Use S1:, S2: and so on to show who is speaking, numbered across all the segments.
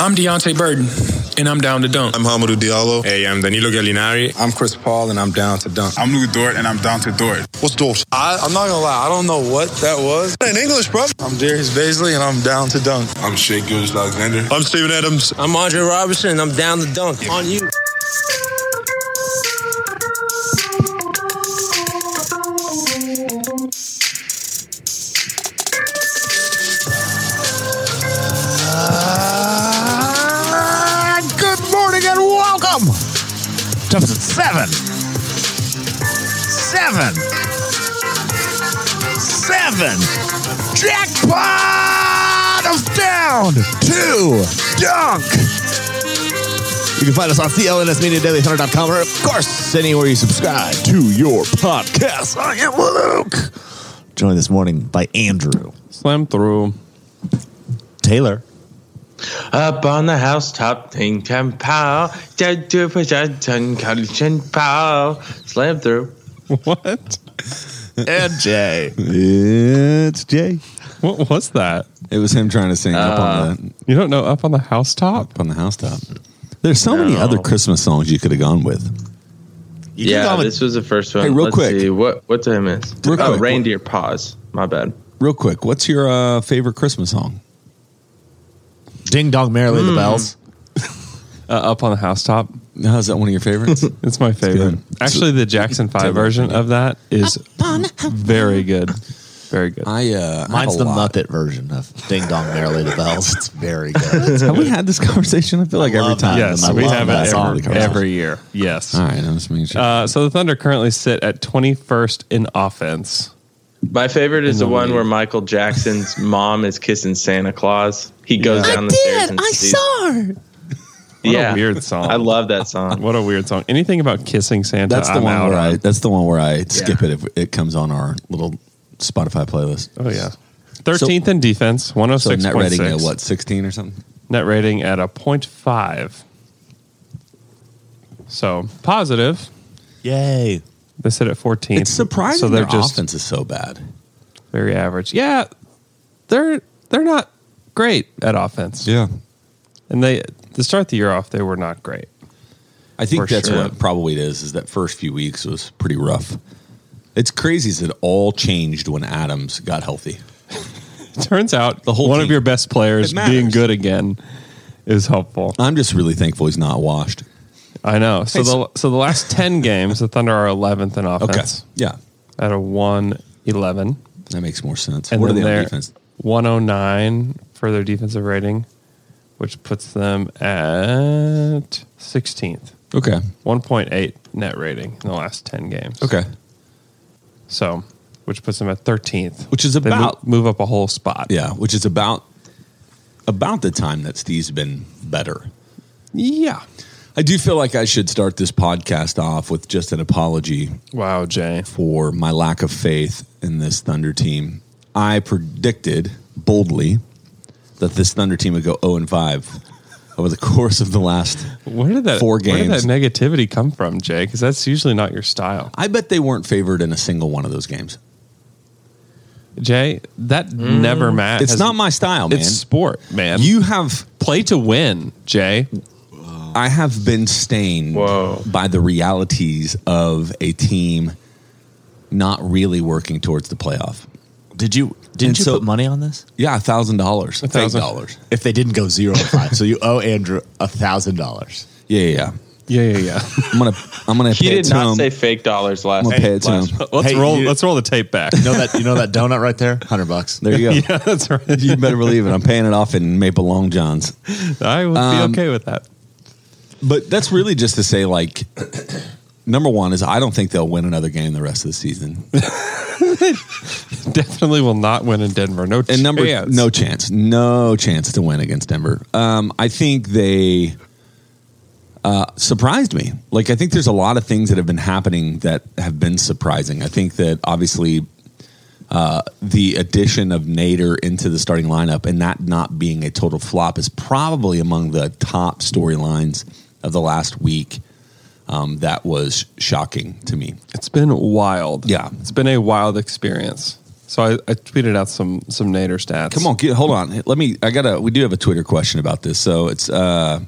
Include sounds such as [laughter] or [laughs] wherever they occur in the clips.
S1: I'm Deontay Burden, and I'm down to dunk.
S2: I'm Hamadou Diallo.
S3: Hey, I'm Danilo Gallinari.
S4: I'm Chris Paul, and I'm down to dunk.
S5: I'm Lou Dort, and I'm down to Dort.
S2: What's Dort?
S4: I, am not gonna lie, I don't know what that was.
S2: In English, bro.
S4: I'm Darius Baisley, and I'm down to dunk.
S6: I'm Shea Gilgis Alexander.
S2: I'm Steven Adams.
S7: I'm Andre Robertson, and I'm down to dunk yeah. on you.
S8: Uh, welcome to seven, seven, seven jackpot of down to dunk. You can find us on clnsmediadaily100.com or, of course, anywhere you subscribe to your podcast. I am Luke. Joined this morning by Andrew.
S9: Slam through. [laughs]
S8: Taylor.
S10: Up on the housetop, think and pow, dead to projection, collision pow, slam through.
S9: What?
S8: and Jay.
S4: It's Jay.
S9: What was that?
S4: It was him trying to sing uh, up on the.
S9: You don't know up on the housetop?
S4: Up on the housetop. There's so no. many other Christmas songs you could have gone with.
S10: You yeah, gone this with, was the first one.
S4: Hey, real Let's quick,
S10: see, what what the him is? Real oh, quick. reindeer paws. My bad.
S4: Real quick, what's your uh, favorite Christmas song?
S8: Ding dong merrily mm.
S9: Hmm.
S8: the bells.
S9: Uh, up on the housetop.
S4: No, is that one of your [laughs] favorites?
S9: it's my favorite. It's Actually, the Jackson Five version of that is very good. Very good.
S4: I uh,
S8: mine's I the lot. Muppet version of Ding Dong Merrily the Bells. It's very
S4: [laughs]
S8: good.
S4: have we had this conversation? I feel like I every time.
S9: Yes, I we have it every, every, year. Yes.
S4: All right, I'm just making sure.
S9: Uh, so the Thunder currently sit at 21st in offense.
S10: My favorite is the one where Michael Jackson's mom is kissing Santa Claus. He goes yeah. down the
S8: I
S10: stairs.
S8: I sees. saw
S10: [laughs]
S8: her.
S9: What yeah. a
S4: [laughs]
S9: weird song.
S10: I love that song.
S9: what a weird song. Anything about kissing Santa?
S4: That's the
S9: I'm
S4: one where
S9: on.
S4: I. That's the one where I skip yeah. it if it comes on our little Spotify playlist.
S9: Oh yeah, thirteenth so, in defense, one hundred six.
S4: So net rating 6. at what sixteen or something?
S9: Net rating at a point five. So positive.
S8: Yay.
S9: They sit at 14.
S4: It's surprising so their just offense is so bad.
S9: Very average. Yeah. They're they're not great at offense.
S4: Yeah.
S9: And they to start the year off, they were not great. [laughs]
S4: I think that's sure. what probably it is, is that first few weeks was pretty rough. It's crazy is it all changed when Adams got healthy.
S9: Turns out the whole one team. of your best players being good again is helpful.
S4: I'm just really thankful he's not washed.
S9: I know. So the so the last ten [laughs] games, the Thunder are eleventh in offense.
S4: Okay. Yeah,
S9: at a one eleven.
S4: That makes more sense.
S9: And what then are they on One oh nine for their defensive rating, which puts them at sixteenth.
S4: Okay.
S9: One point eight net rating in the last ten games.
S4: Okay.
S9: So, which puts them at thirteenth,
S4: which is about
S9: move, move up a whole spot.
S4: Yeah, which is about about the time that Steve's been better.
S9: Yeah.
S4: I do feel like I should start this podcast off with just an apology.
S9: Wow, Jay.
S4: For my lack of faith in this Thunder team. I predicted boldly that this Thunder team would go 0 and 5 over the [laughs] course of the last
S9: where did that,
S4: four games.
S9: Where did that negativity come from, Jay? Because that's usually not your style.
S4: I bet they weren't favored in a single one of those games.
S9: Jay, that mm. never matters.
S4: It's has, not my style, man.
S9: It's sport, man.
S4: You have
S9: play to win, Jay.
S4: I have been stained
S9: Whoa.
S4: by the realities of a team not really working towards the playoff.
S8: Did you didn't and you so, put money on this?
S4: Yeah, thousand dollars, thousand dollars.
S8: If they didn't go zero five, so you owe Andrew a thousand dollars.
S4: Yeah, yeah,
S9: yeah, yeah, yeah.
S4: I'm gonna, I'm
S10: [laughs]
S4: gonna.
S10: he
S4: pay
S10: did
S4: it
S10: not
S4: him.
S10: say fake dollars last.
S4: I'm gonna pay it to
S9: last,
S4: him.
S9: [laughs] Let's hey, roll. You, let's roll the tape back.
S8: You know that you know that donut right there, hundred bucks.
S4: There
S9: go.
S4: you
S9: [laughs] yeah, that's right.
S4: you better believe it. I'm paying it off in Maple Long Johns.
S9: I would um, be okay with that
S4: but that's really just to say like number one is i don't think they'll win another game the rest of the season
S9: definitely will not win in denver no
S4: and number
S9: chance.
S4: no chance no chance to win against denver um, i think they uh, surprised me like i think there's a lot of things that have been happening that have been surprising i think that obviously uh, the addition of Nader into the starting lineup and that not being a total flop is probably among the top storylines of the last week. Um, that was shocking to me.
S9: It's been wild.
S4: Yeah.
S9: It's been a wild experience. So I, I tweeted out some some Nader stats.
S4: Come on, get, hold on. Let me. I gotta. We do have a Twitter question about this. So it's uh,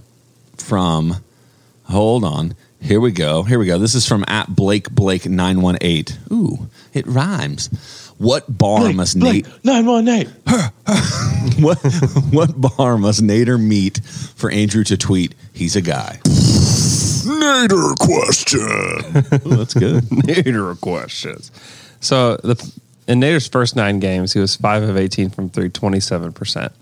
S4: from. Hold on. Here we go. Here we go. This is from at Blake Blake nine one eight. Ooh, it rhymes. What bar must Nate?
S10: Nine one eight.
S4: [laughs] What what bar must Nader meet for Andrew to tweet? He's a guy.
S8: Nader question.
S4: Ooh, that's good.
S9: Nader questions. So the in Nader's first nine games, he was five of eighteen from three, 27 percent.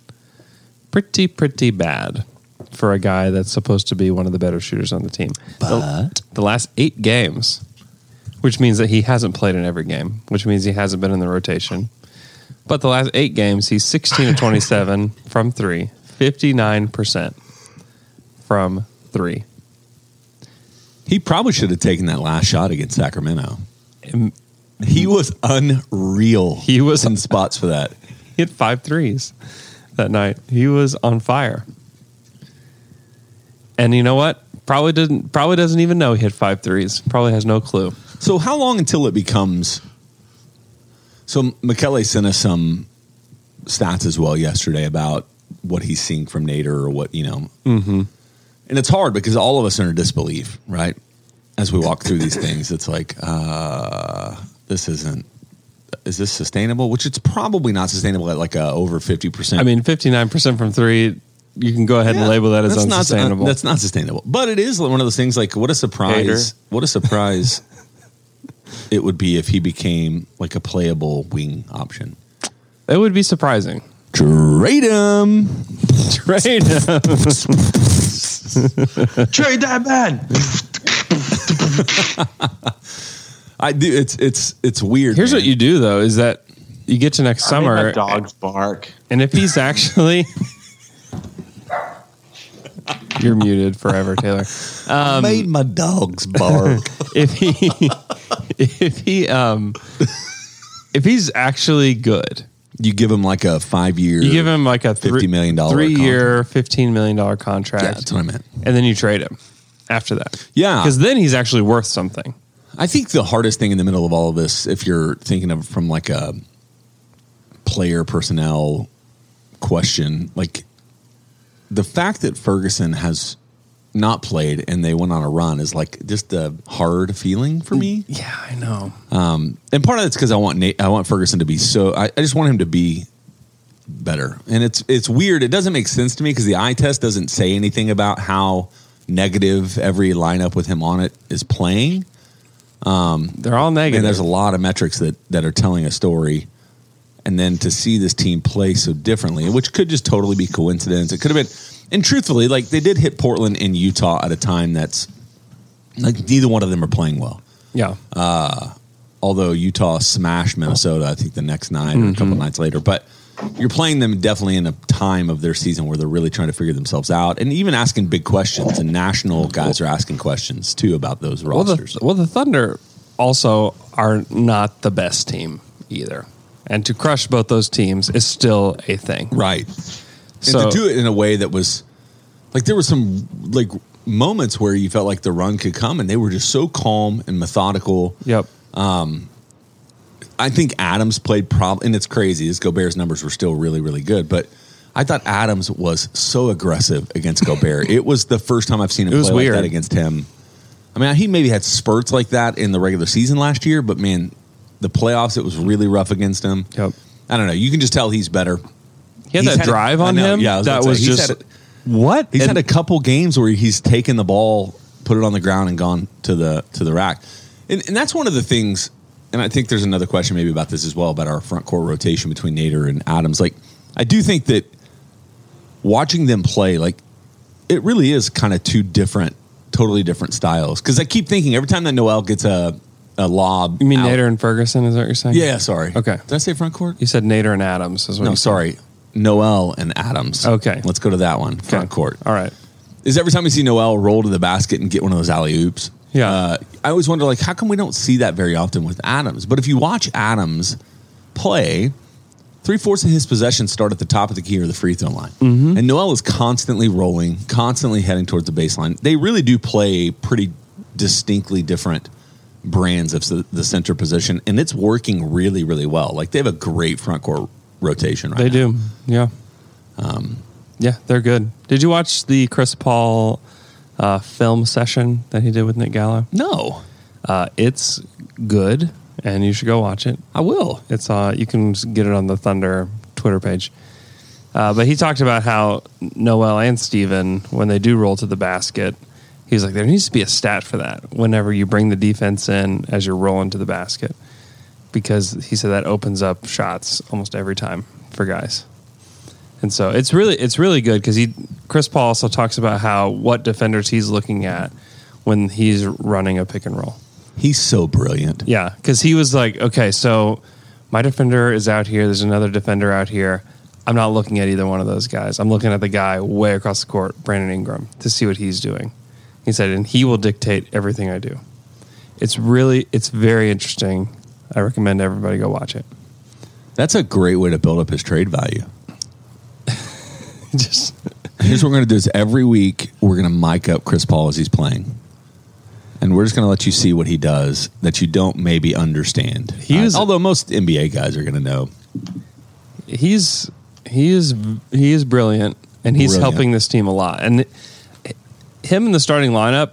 S9: Pretty pretty bad for a guy that's supposed to be one of the better shooters on the team. But the, the last eight games, which means that he hasn't played in every game, which means he hasn't been in the rotation. But the last eight games, he's 16 to 27 from three, 59% from three.
S4: He probably should have taken that last shot against Sacramento. He was unreal.
S9: He was-
S4: in spots for that.
S9: He hit five threes that night. He was on fire. And you know what? Probably didn't. Probably doesn't even know he hit five threes. Probably has no clue.
S4: So how long until it becomes? So Michele sent us some stats as well yesterday about what he's seeing from Nader or what you know, mm-hmm. and it's hard because all of us are in disbelief, right? As we walk through these things, it's like uh, this isn't. Is this sustainable? Which it's probably not sustainable at like a over fifty percent.
S9: I mean, fifty nine percent from three. You can go ahead
S4: Yeah,
S9: and label that as
S4: that's not- uh,
S9: unsustainable.
S4: that's not sustainable. But it is one of those things. Like, what a surprise!
S10: Hater.
S4: What
S10: [laughs]
S4: a surprise it would be if he became like a playable wing option.
S9: it would be surprising.
S4: Trade him.
S9: Trade [laughs] him.
S10: Trade that man.
S4: I do. It's it's it's weird.
S9: Here's
S4: man.
S9: what you do though: is that you get to next
S10: I
S9: summer,
S10: made my dogs bark.
S9: and if he's actually, you're muted forever, Taylor.
S4: made my dogs bark.
S9: if he [laughs] if he um if he's actually good
S4: [laughs] you give him like a five year.
S9: you give him like a three,
S4: $50 million
S9: three year 15 million dollar contract
S4: Yeah, Ah. that's what I meant.
S9: and then you trade him after that
S4: Yeah.
S9: because then he's actually worth something
S4: I think the hardest thing in the middle of all of this, if you're thinking of from like a player personnel question, like the fact that Ferguson has not played and they went on a run is like just a hard feeling for me. Um,
S9: yeah i know
S4: And part of it's because I want Nate, I want Ferguson to be so. I, I just want him to be better. And it's it's weird. It doesn't make sense to me because the eye test doesn't say anything about how negative every lineup with him on it is playing.
S9: they're all negative
S4: And there's a lot of metrics that that are telling a story. And then to see this team play so differently, which could just totally be coincidence. It could have been, and truthfully, like they did hit Portland and Utah at a time that's like neither one of them are playing well.
S9: yeah
S4: Although Utah smashed Minnesota, I think the next night or a couple
S9: Mm-hmm.
S4: nights later. But you're playing them definitely in a time of their season where they're really trying to figure themselves out and even asking big questions. And national guys are asking questions too about those
S9: well
S4: rosters.
S9: the, well the thunder also are not the best team either and to crush both those teams is still a thing
S4: right.
S9: so
S4: and to do it in a way that was like there were some like moments where you felt like the run could come and they were just so calm and methodical
S9: yep
S4: i think adams played prob and it's crazy is gobert's numbers were still really really good but i thought adams was so aggressive against
S9: [laughs]
S4: gobert it was the first time i've seen him
S9: It was
S4: play
S9: weird.
S4: like that against him i mean he maybe had spurts like that in the regular season last year but man the playoffs it was really rough against him
S9: Yep.
S4: i don't know you can just tell he's better
S9: He had
S4: He's
S9: that
S4: had a-
S9: drive
S4: I
S9: on
S4: know,
S9: him.
S4: yeah, I was
S9: that
S4: gonna
S9: was
S4: say, he's
S9: just
S4: had
S9: what?
S4: He's
S9: And-
S4: had a couple games where he's taken the ball, put it on the ground, and gone to the to the rack, and, and that's one of the things. And I think there's another question maybe about this as well about our front court rotation between Nader and Adams. Like, I do think that watching them play, like, it really is kind of two different, totally different styles. Because I keep thinking every time that Noel gets a a lob,
S9: you mean
S4: out-
S9: Nader and Ferguson? Is that what you're saying?
S4: Yeah, sorry.
S9: Okay.
S4: Did I say front court?
S9: You said Nader and Adams. Is what
S4: No,
S9: you said.
S4: sorry. Noel and Adams.
S9: Okay.
S4: Let's go to that one.
S9: Okay.
S4: Front court
S9: All right.
S4: is every time we see Noel roll to the basket and get one of those alley oops.
S9: Yeah.
S4: Uh, I always wonder, like, how come we don't see that very often with Adams? But if you watch Adams play, three fourths of his possessions start at the top of the key or the free throw line. And Noel is constantly rolling, constantly heading towards the baseline. They really do play pretty distinctly different brands of the, the center position, and it's working really, really well. Like they have a great front court rotation right
S9: They
S4: now. Um,
S9: do. Yeah. yeah, they're good. Did you watch the Chris Paul uh, film session that he did with Nick Gallo?
S4: No,
S9: Uh, it's good, and you should go watch it.
S4: I will.
S9: It's uh, you can s- get it on the Thunder Twitter page. Uh, but he talked about how Noel and Steven, when they do roll to the basket, he's like, there needs to be a stat for that. Whenever you bring the defense in as you're rolling to the basket, because he said that opens up shots almost every time for guys. And so it's really it's really good because he Chris Paul also talks about how what defenders he's looking at when he's running a pick and roll.
S4: He's so brilliant.
S9: Yeah, because he was like, okay, so my defender is out here. There's another defender out here. I'm not looking at either one of those guys. I'm looking at the guy way across the court, Brandon Ingram, to see what he's doing. He said, and he will dictate everything I do. It's really, it's very interesting. I recommend everybody go watch it.
S4: That's a great way to build up his trade value.
S9: Just
S4: Here's what we're going to do: is every week we're going to mic up Chris Paul as he's playing, and we're just going to let you see what he does that you don't maybe understand.
S9: He was-
S4: although most NBA guys are going to know.
S9: he's he is he is brilliant and he's
S4: Brilliant.
S9: helping this team a lot and him in the starting lineup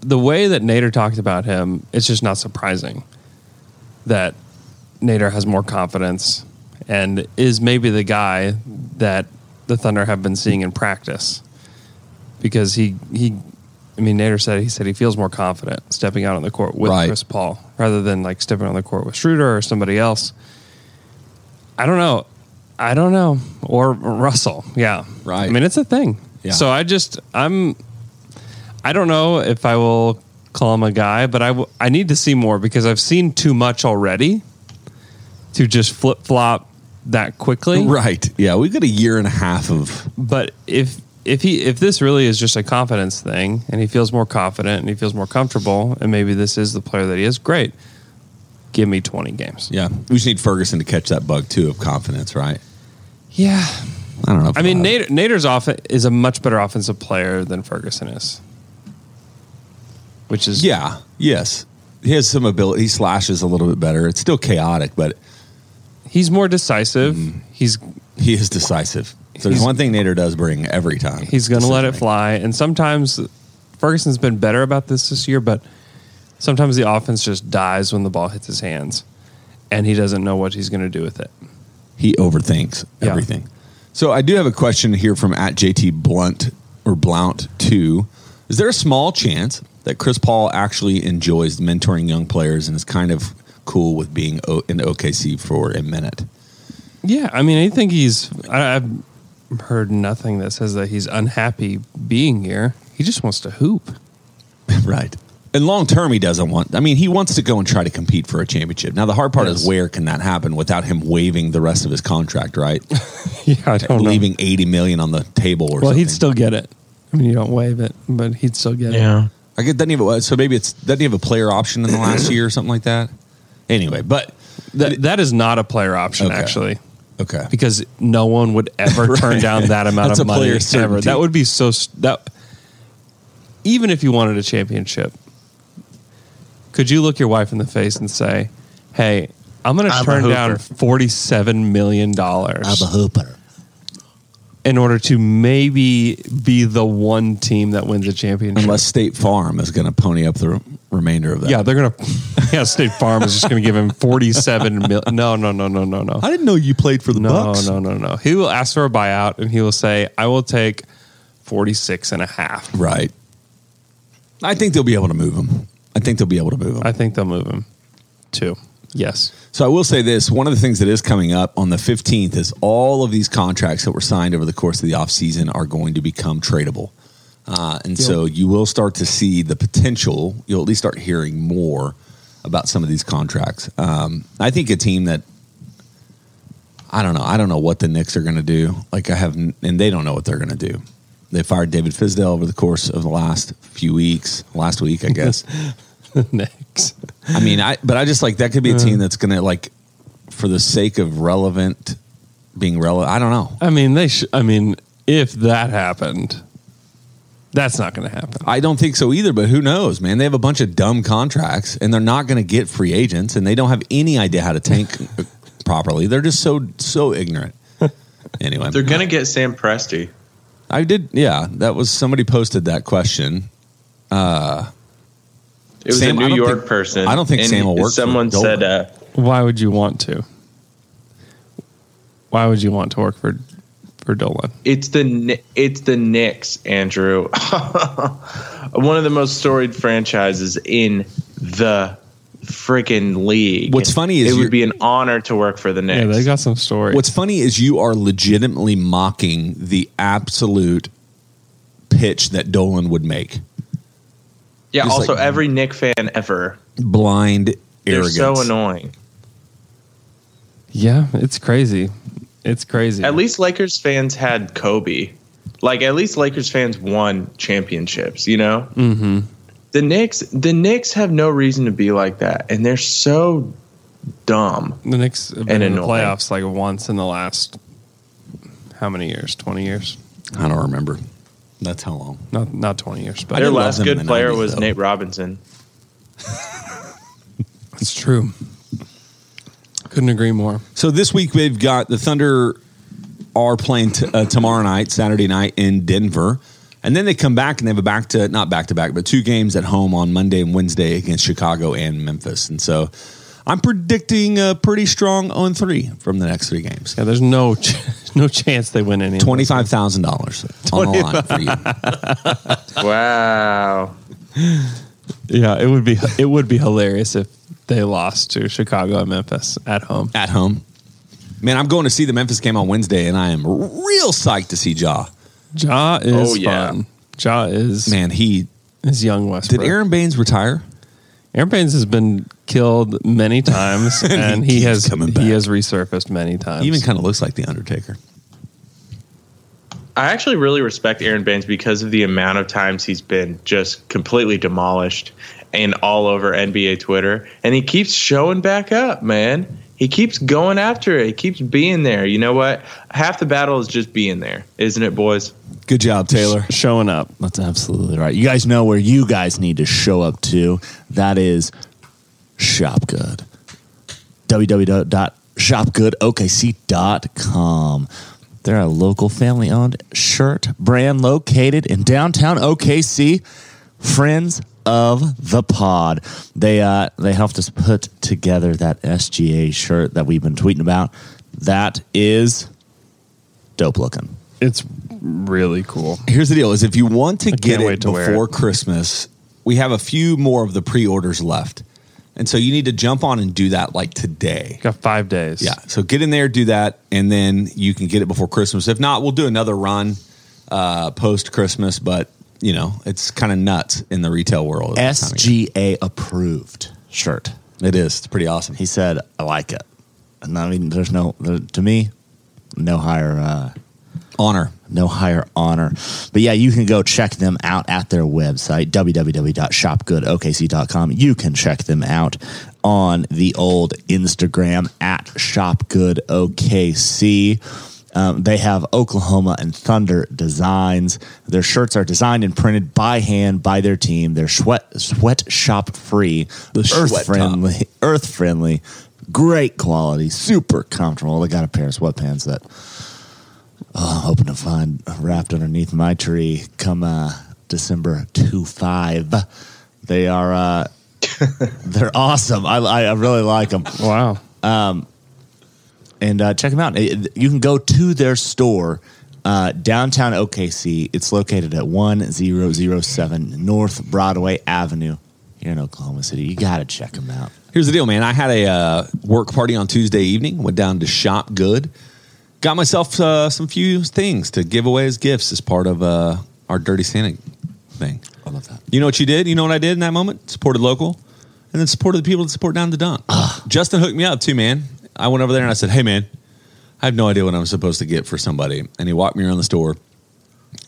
S9: the way that Nader talked about him it's just not surprising that Nader has more confidence and is maybe the guy that the Thunder have been seeing in practice because he he I mean Nader said he said he feels more confident stepping out on the court with
S4: Right.
S9: Chris Paul rather than like stepping on the court with Schroeder or somebody else I don't know. I don't know. Or Russell. Yeah.
S4: Right.
S9: I mean, it's a thing.
S4: Yeah.
S9: So I just, I'm, I don't know if I will call him a guy, but I, w- I need to see more because I've seen too much already to just flip flop that quickly.
S4: Right? Yeah, we got a year and a half of
S9: But if, if he if this really is just a confidence thing and he feels more confident and he feels more comfortable and maybe this is the player that he is great give me 20 games
S4: yeah. We just need Ferguson to catch that bug too of confidence, right?
S9: yeah
S4: I don't know. if
S9: I mean,
S4: we'll have-
S9: Nader, Nader's off is a much better offensive player than Ferguson is, which is
S4: Yeah. Yes. He has some ability. He slashes a little bit better. It's still chaotic, but
S9: he's more decisive. He's
S4: he is decisive. So there's
S9: He's-
S4: one thing Nader does bring every time.
S9: he's going to let it
S4: Decision-making.
S9: fly, and sometimes Ferguson's been better about this this year, but sometimes the offense just dies when the ball hits his hands, and he doesn't know what he's going to do with it.
S4: He overthinks
S9: Yeah.
S4: everything. So I do have a question here from at JT Blunt or Blount two. Is there a small chance that Chris Paul actually enjoys mentoring young players and is kind of cool with being O- in OKC for
S9: [laughs]
S4: a minute?
S9: Yeah, I mean, I think he's. I, I've heard nothing that says that he's unhappy being here. He just wants to hoop.
S4: Right. And long term, he doesn't want. I mean, he wants to go and try to compete for a championship. Now, the hard part is
S9: Yes.
S4: where can that happen without him waiving the rest of his contract, right?
S9: [laughs] [laughs] Yeah, I don't know.
S4: Leaving eighty million on the table, or
S9: Oh, Well,
S4: something.
S9: he'd still get it. I mean, you don't waive it, but he'd still get it.
S10: Yeah.
S4: I get doesn't he have a- so maybe it's doesn't he have a player option in
S9: [clears throat]
S4: the last year or something like that. Anyway, but
S9: That, that is not a player option,
S4: Okay.
S9: actually,
S4: okay,
S9: because no one would ever [laughs] turn down that amount
S4: That's
S9: of
S4: a
S9: money.
S4: player
S9: ever.
S4: certainty.
S9: That would be so. s- That even if you wanted a championship, could you look your wife in the face and say, "Hey, I'm going to
S10: I'm a
S9: turn down
S10: hooper."
S9: forty-seven million dollars
S8: hooper.
S9: in order to maybe be the one team that wins a championship?"
S4: unless State Farm is going to pony up the re- remainder of that.
S9: Yeah, they're gonna. [laughs] Yeah, State Farm is just gonna give him forty-seven mil. No, no, no, no, no, no,
S4: I didn't know you played for the
S9: no,
S4: Bucks.
S9: no, no, no. He will ask for a buyout, and he will say, "I will take 46 and a half."
S4: Right. I think they'll be able to move him. I think they'll be able to move him.
S9: I think they'll move him too. Yes,
S4: So I will say this: one of the things that is coming up on the fifteenth is all of these contracts that were signed over the course of the offseason are going to become tradable, uh, and so you will start to see the potential. You'll at least start hearing more about some of these contracts. Um, I think a team that I don't know. I don't know what the Knicks are going to do. Like I have, n- and they don't know what they're going to do. They fired David Fisdale over the course of the last few weeks, last week, I guess.
S9: [laughs] next.
S4: I mean, I but I just like that could be a team that's gonna like for the sake of relevant being relevant. I don't know.
S9: I mean, they. Sh- I mean, if that happened, That's not going to happen.
S4: I don't think so either, but who knows, man? They have a bunch of dumb contracts and they're not going to get free agents and they don't have any idea how to tank [laughs] properly. They're just so, so ignorant. Anyway,
S10: They're gonna get Sam Presti.
S4: I did, yeah, that was somebody posted that question.
S10: It was
S4: Sam-
S10: a
S4: I
S10: New
S4: don't
S10: York
S4: think-
S10: person.
S4: I don't think
S10: and
S4: Sam will work for
S10: Someone
S4: Dolan.
S10: said, uh,
S9: Why would you want to? Why would you want to work for for Dolan?
S10: "It's the Kn- it's the Knicks, Andrew. [laughs] One of the most storied franchises in the freaking league.
S4: What's funny is
S10: it
S4: you're-
S10: would be an honor to work for the Knicks.
S9: Yeah, they got some story.
S4: What's funny is you are legitimately mocking the absolute pitch that Dolan would make.
S10: Yeah,
S4: It's
S10: also
S4: like-
S10: every Knick fan ever.
S4: Blind arrogance.
S10: They're so annoying.
S9: yeah, it's crazy. It's crazy.
S10: At least Lakers fans had Kobe. Like at least Lakers fans won championships, you know? Mm-hmm. The Knicks the Knicks have no reason to be like that. And they're so dumb.
S9: the Knicks have been
S10: And
S9: in the
S10: annoying.
S9: playoffs like once in the last how many years? Twenty years?
S4: I don't remember. That's how long.
S9: Not not twenty years, but
S10: Their
S4: did love
S10: last
S4: them in
S10: good
S4: the
S10: player
S4: 90s,
S10: was
S4: though.
S10: Nate Robinson.
S9: it's true. Couldn't agree more.
S4: So this week we've got the Thunder are playing t- uh, tomorrow night, Saturday night in Denver, and then they come back and they have a back to not back to back, but two games at home on Monday and Wednesday against Chicago and Memphis. And so I'm predicting a pretty strong 0 3 from the next three games.
S9: Yeah, there's no [laughs] ch- no chance they win any. of
S4: Twenty five thousand dollars on the line for you.
S10: Wow.
S9: those. Yeah, it would be it would be hilarious if they lost to Chicago and Memphis at home.
S4: at home. Man, I'm going to see the Memphis game on Wednesday, and I am real psyched to see Ja.
S9: Ja is
S10: Oh, yeah.
S9: fun. Ja is
S4: Man, he
S9: is young Westbrook.
S4: did Aaron Baines retire?
S9: Aaron Baines has been killed many [laughs] times, and,
S4: he
S9: he,
S4: keeps
S9: has
S4: coming back.
S9: he has resurfaced many times.
S4: He even kind of looks like the Undertaker.
S10: I actually really respect Aaron Baines because of the amount of times he's been just completely demolished and all over NBA Twitter. And he keeps showing back up, man. He keeps going after it. He keeps being there. You know what? Half the battle is just being there, isn't it, boys?
S4: Good job, Taylor.
S9: showing up.
S8: That's absolutely right. You guys know where you guys need to show up to. That is ShopGood. www.shopgoodokc.com. They're a local family owned shirt brand located in downtown OKC. Friends of the pod. They uh, they helped us put together that SGA shirt that we've been tweeting about. That is dope looking.
S9: It's really cool.
S4: Here's the deal: is if you want to get
S9: can't wait
S4: it
S9: to wear
S4: before
S9: it.
S4: Christmas, we have a few more of the pre-orders left, and so you need to jump on and do that like today.
S9: Got five days.
S4: Yeah. So get in there, do that, and then you can get it before Christmas. If not, we'll do another run uh, post Christmas. But you know, it's kind of nuts in the retail world. at this time of year.
S8: SGA approved shirt.
S4: It is. It's pretty awesome.
S8: He said, "I like it." And I mean, there's no there, to me, no higher, uh,
S4: Honor.
S8: no higher honor. But yeah, you can go check them out at their website www.shopgoodokc.com. You can check them out on the old Instagram at shopgoodokc. Um, they have Oklahoma and Thunder designs. Their shirts are designed and printed by hand by their team. They're sweat sweat shop free, earth
S4: sweat top.
S8: friendly, earth friendly, great quality, super comfortable. They got a pair of sweatpants that oh, I'm hoping to find wrapped underneath my tree come uh, December two five. They are [laughs] uh, they're awesome. I, I I really like them
S9: Wow.
S8: and uh, check them out. It- it- You can go to their store uh, downtown OKC. It's located at 1007 North Broadway Avenue here in Oklahoma City. You got to check them out.
S4: Here's the deal, man. I had a uh, work party on Tuesday evening. Went down to Shop Good. Got myself uh, some few things to give away as gifts as part of uh, our Dirty Santa thing.
S8: I love that.
S4: You know what you did? You know what I did in that moment? Supported local, and then supported the people that support down the dump. Justin hooked me up too, man. I went over there and I said, "Hey, man, I have no idea what I'm supposed to get for somebody," and he walked me around the store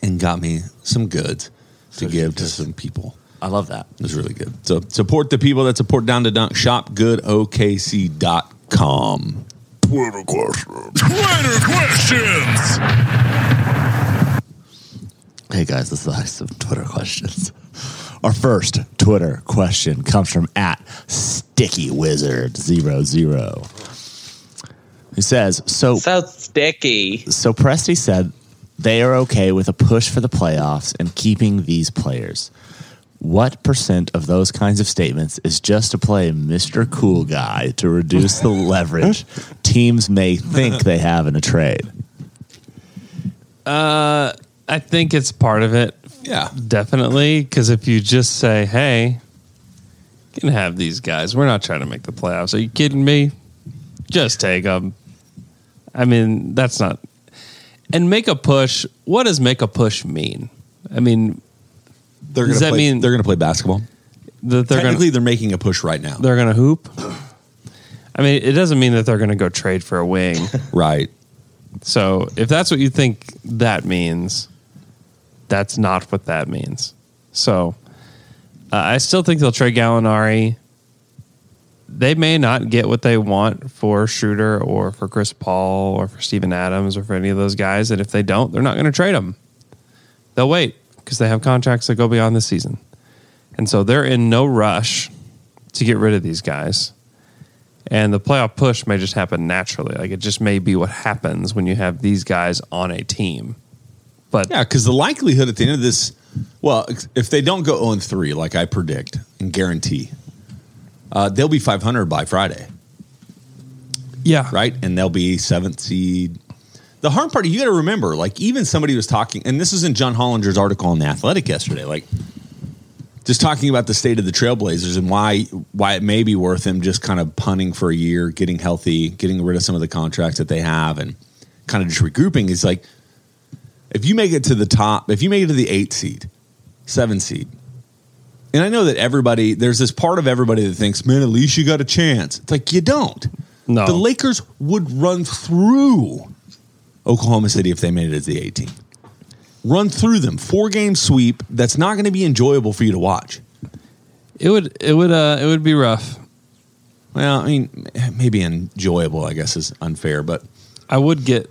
S4: and got me some goods to give to some people.
S8: I love that.
S4: It was really good. So support the people that support Down to Dunk. ShopGoodOKC.com.
S2: Hey guys, this is I have some Twitter questions. Our first Twitter question comes from at Sticky Wizard 00 He says, "So
S10: So sticky.
S2: so Presti said they are okay with a push for the playoffs and keeping these players. What percent of those kinds of statements is just to play Mr. Cool Guy to reduce the leverage teams may think they have in a trade?
S9: I think it's part of it,
S4: Yeah.
S9: definitely. Because if you just say, "Hey, you can have these guys. We're not trying to make the playoffs. Are you kidding me? Just take them." I mean, that's not. And make a push. What does make a push mean? I mean
S4: They're
S9: Does
S4: gonna
S9: that
S4: play,
S9: mean-
S4: they're going to play basketball?
S9: that they're going
S4: Technically,
S9: to
S4: they're making a push right now.
S9: they're going to hoop. I mean, it doesn't mean that they're going to go trade for a wing.
S4: [laughs] Right.
S9: So if that's what you think that means, that's not what that means. So uh, I still think they'll trade Gallinari. They may not get what they want for Schroeder or for Chris Paul or for Steven Adams or for any of those guys. And if they don't, they're not going to trade them. They'll wait because they have contracts that go beyond the season. And so they're in no rush to get rid of these guys. And the playoff push may just happen naturally. Like it just may be what happens when you have these guys on a team. But
S4: Yeah, because the likelihood at the end of this, well, ex- if they don't go 0 3, like I predict and guarantee, uh, they'll be 500 by Friday,
S9: yeah,
S4: right? And they'll be seventh seed. The hard part, you got to remember, like even somebody was talking, and this is in John Hollinger's article in The Athletic yesterday, like just talking about the state of the Trailblazers and why why it may be worth them just kind of punting for a year, getting healthy, getting rid of some of the contracts that they have, and kind of just regrouping. Is like if you make it to the top, if you make it to the eight seed, seven seed, and I know that everybody there's this part of everybody that thinks, man, at least you got a chance. It's like you don't.
S9: No.
S4: the Lakers would run through Oklahoma City if they made it as the 18th. Run through them, four game sweep. That's not going to be enjoyable for you to watch.
S9: It would it would uh it would be rough.
S4: Well, I mean, maybe enjoyable, I guess, is unfair, but
S9: I would get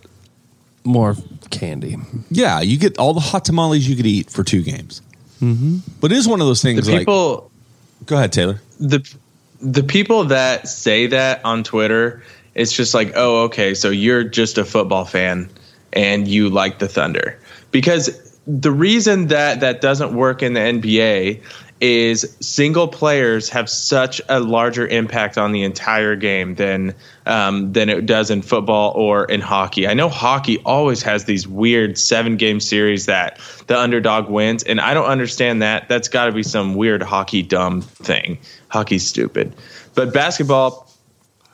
S9: more candy.
S4: yeah, you get all the hot tamales you could eat for two games. Mm-hmm. But it is one of those
S10: The
S4: things. like,
S10: people.
S4: go ahead, Taylor.
S10: the the people that say that on Twitter, it's just like, oh, okay, so you're just a football fan and you like the Thunder because the reason that that doesn't work in the NBA is single players have such a larger impact on the entire game than um, than it does in football or in hockey. I know hockey always has these weird seven game series that the underdog wins, and I don't understand that. That's got to be some weird hockey dumb thing. Hockey's stupid, but basketball,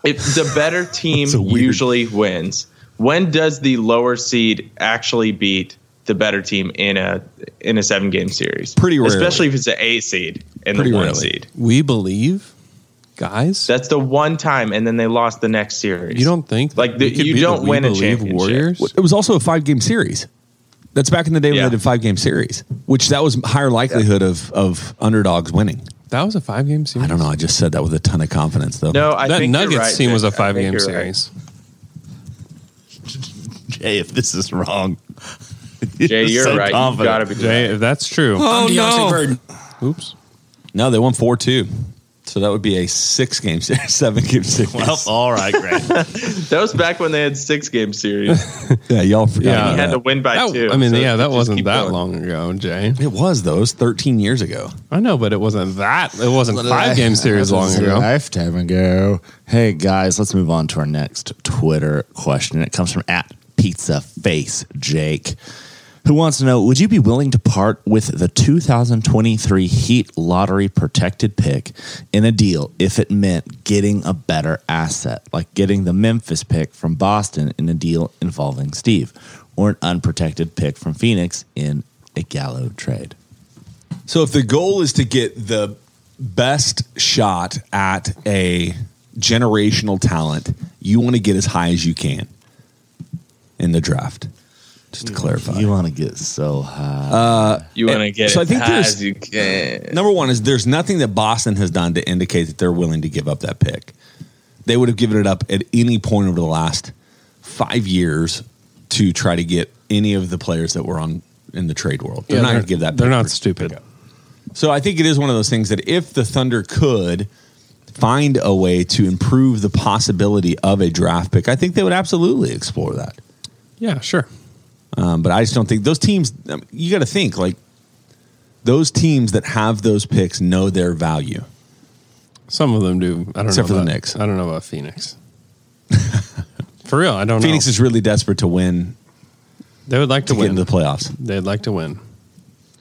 S10: it, the
S4: [laughs]
S10: better team
S4: That's a weird-
S10: usually wins. When does the lower seed actually beat the better team in a in a seven game series?
S4: Pretty rarely.
S10: especially if it's an eight seed and
S4: Pretty
S10: the one
S4: rarely.
S10: seed.
S9: We believe, guys.
S10: That's the one time, and then they lost the next series.
S9: you don't think
S10: Like,
S9: we
S10: the-
S9: could
S10: you
S9: be
S10: don't
S9: We
S10: win a
S9: Believe
S10: championship.
S9: Warriors.
S4: It was also a five game series. That's back in the day when
S10: Yeah.
S4: they did five game series, which that was higher likelihood of, of underdogs winning.
S9: That was a five game series.
S4: I don't know. I just said that with a ton of confidence, though.
S10: No, I
S9: that
S10: think you're
S9: Nuggets
S10: right,
S9: team was a
S10: Nick. I
S9: five
S10: think
S9: game
S10: you're
S9: series.
S2: Jay, if this is wrong,
S9: [laughs]
S10: Right. Jay, you're
S2: so
S10: right. You
S2: confident.
S10: gotta be
S9: Jay, if that's true.
S1: I'm Deontay Burden.
S9: Oops.
S4: No, they won four two, so that would be a six game series, [laughs] seven game series.
S2: Well, all right, great.
S10: That was back when they had six game
S9: [laughs]
S10: series.
S4: yeah, y'all forgot.
S9: Yeah.
S4: about
S10: You had
S4: that.
S10: to win by
S9: That-
S10: two.
S9: I mean,
S10: so
S9: yeah, that
S10: just
S9: wasn't
S10: keep
S9: that
S10: going.
S9: long ago, Jay.
S4: It was though. It was thirteen years ago.
S9: I know, but it wasn't that. It wasn't five
S4: [laughs]
S9: game series
S2: That
S9: long
S2: was a
S9: ago.
S2: Lifetime ago. Hey guys, let's move on to our next Twitter question. It comes from at Pizza Face Jake, who wants to know: Would you be willing to part with the 2023 Heat lottery protected pick in a deal if it meant getting a better asset, like getting the Memphis pick from Boston in a deal involving Steve, or an unprotected pick from Phoenix in a Gallo trade?
S4: So if the goal is to get the best shot at a generational talent, you want to get as high as you can in the draft. Just to clarify,
S2: You want to get so high.
S10: You want to get
S4: So
S10: so
S4: I think
S10: high
S4: there's-
S10: as you can.
S4: Number one is there's nothing that Boston has done to indicate that they're willing to give up that pick. They would have given it up at any point over the last five years to try to get any of the players that were on in the trade world. They're
S9: Yeah,
S4: not
S9: they're-
S4: going to give that.
S9: they're
S4: pick
S9: not
S4: for-
S9: stupid.
S4: pick up. So I think it is one of those things that if the Thunder could find a way to improve the possibility of a draft pick, I think they would absolutely explore that.
S9: Yeah, sure.
S4: Um, but I just don't think those teams. I mean, you got to think like those teams that have those picks know their value.
S9: Some of them do. I don't know
S4: Except for the
S9: about-
S4: Knicks.
S9: I don't know about Phoenix. [laughs] for real, I don't
S4: Phoenix
S9: know.
S4: is really desperate to win
S9: they would like
S4: to
S9: to,
S4: get
S9: win.
S4: into the playoffs.
S9: They'd like to win.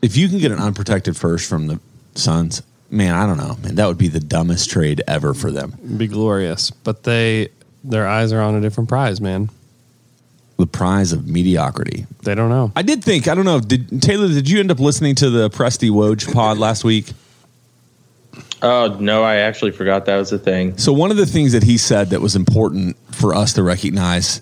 S4: If you can get an unprotected first from the Suns, man, I don't know, man, that would be the dumbest trade ever for them.
S9: It'd be glorious. But they their eyes are on a different prize, man.
S4: The prize of mediocrity.
S9: They don't know.
S4: I did think. I don't know. Did Taylor? Did you end up listening to the Presty Woj pod last week?
S10: Oh no, I actually forgot that was a thing.
S4: So one of the things that he said that was important for us to recognize,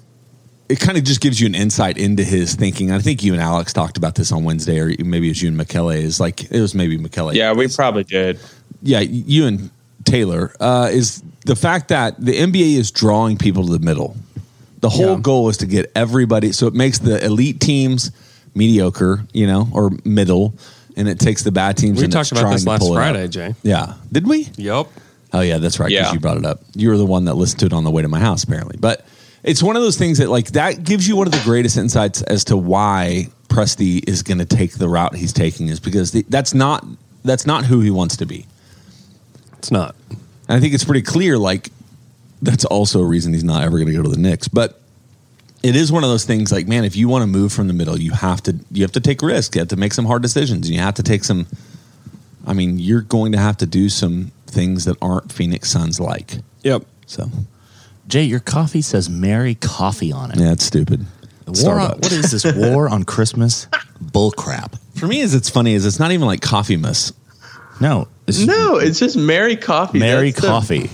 S4: it kind of just gives you an insight into his thinking. I think you and Alex talked about this on Wednesday, or maybe it was you and McKelle. Is like it was maybe McKelle.
S10: Yeah, we probably did.
S4: yeah, you and Taylor uh, is the fact that the NBA is drawing people to the middle. The whole
S9: Yeah.
S4: goal is to get everybody, so it makes the elite teams mediocre, you know, or middle, and it takes the bad teams.
S9: We
S4: and
S9: talked
S4: it's
S9: about
S4: trying
S9: this
S4: to
S9: last
S4: pull it up.
S9: Friday, Jay.
S4: Yeah, did we?
S9: Yep.
S4: Oh yeah, that's right. Because
S10: Yeah.
S4: you brought it up. You were the one that listened to it on the way to my house, apparently. But it's one of those things that like that gives you one of the greatest insights as to why Presti is going to take the route he's taking is because the, that's not that's not who he wants to be.
S9: It's not.
S4: And I think it's pretty clear. Like that's also a reason he's not ever going to go to the Knicks. But it is one of those things. Like man, if you want to move from the middle, you have to you have to take risk. You have to make some hard decisions. And you have to take some. I mean, you're going to have to do some things that aren't Phoenix Suns like.
S9: Yep.
S4: So
S2: Jay, your coffee says "Merry Coffee" on it.
S4: yeah, it's stupid.
S2: war on,
S4: Starbucks.
S2: what is this war on Christmas? Bull crap.
S4: For me, is it's funny is it's not even like coffee mess.
S2: No, it's
S10: No, it's just Mary Coffee.
S2: Merry
S10: That's the-
S2: Coffee.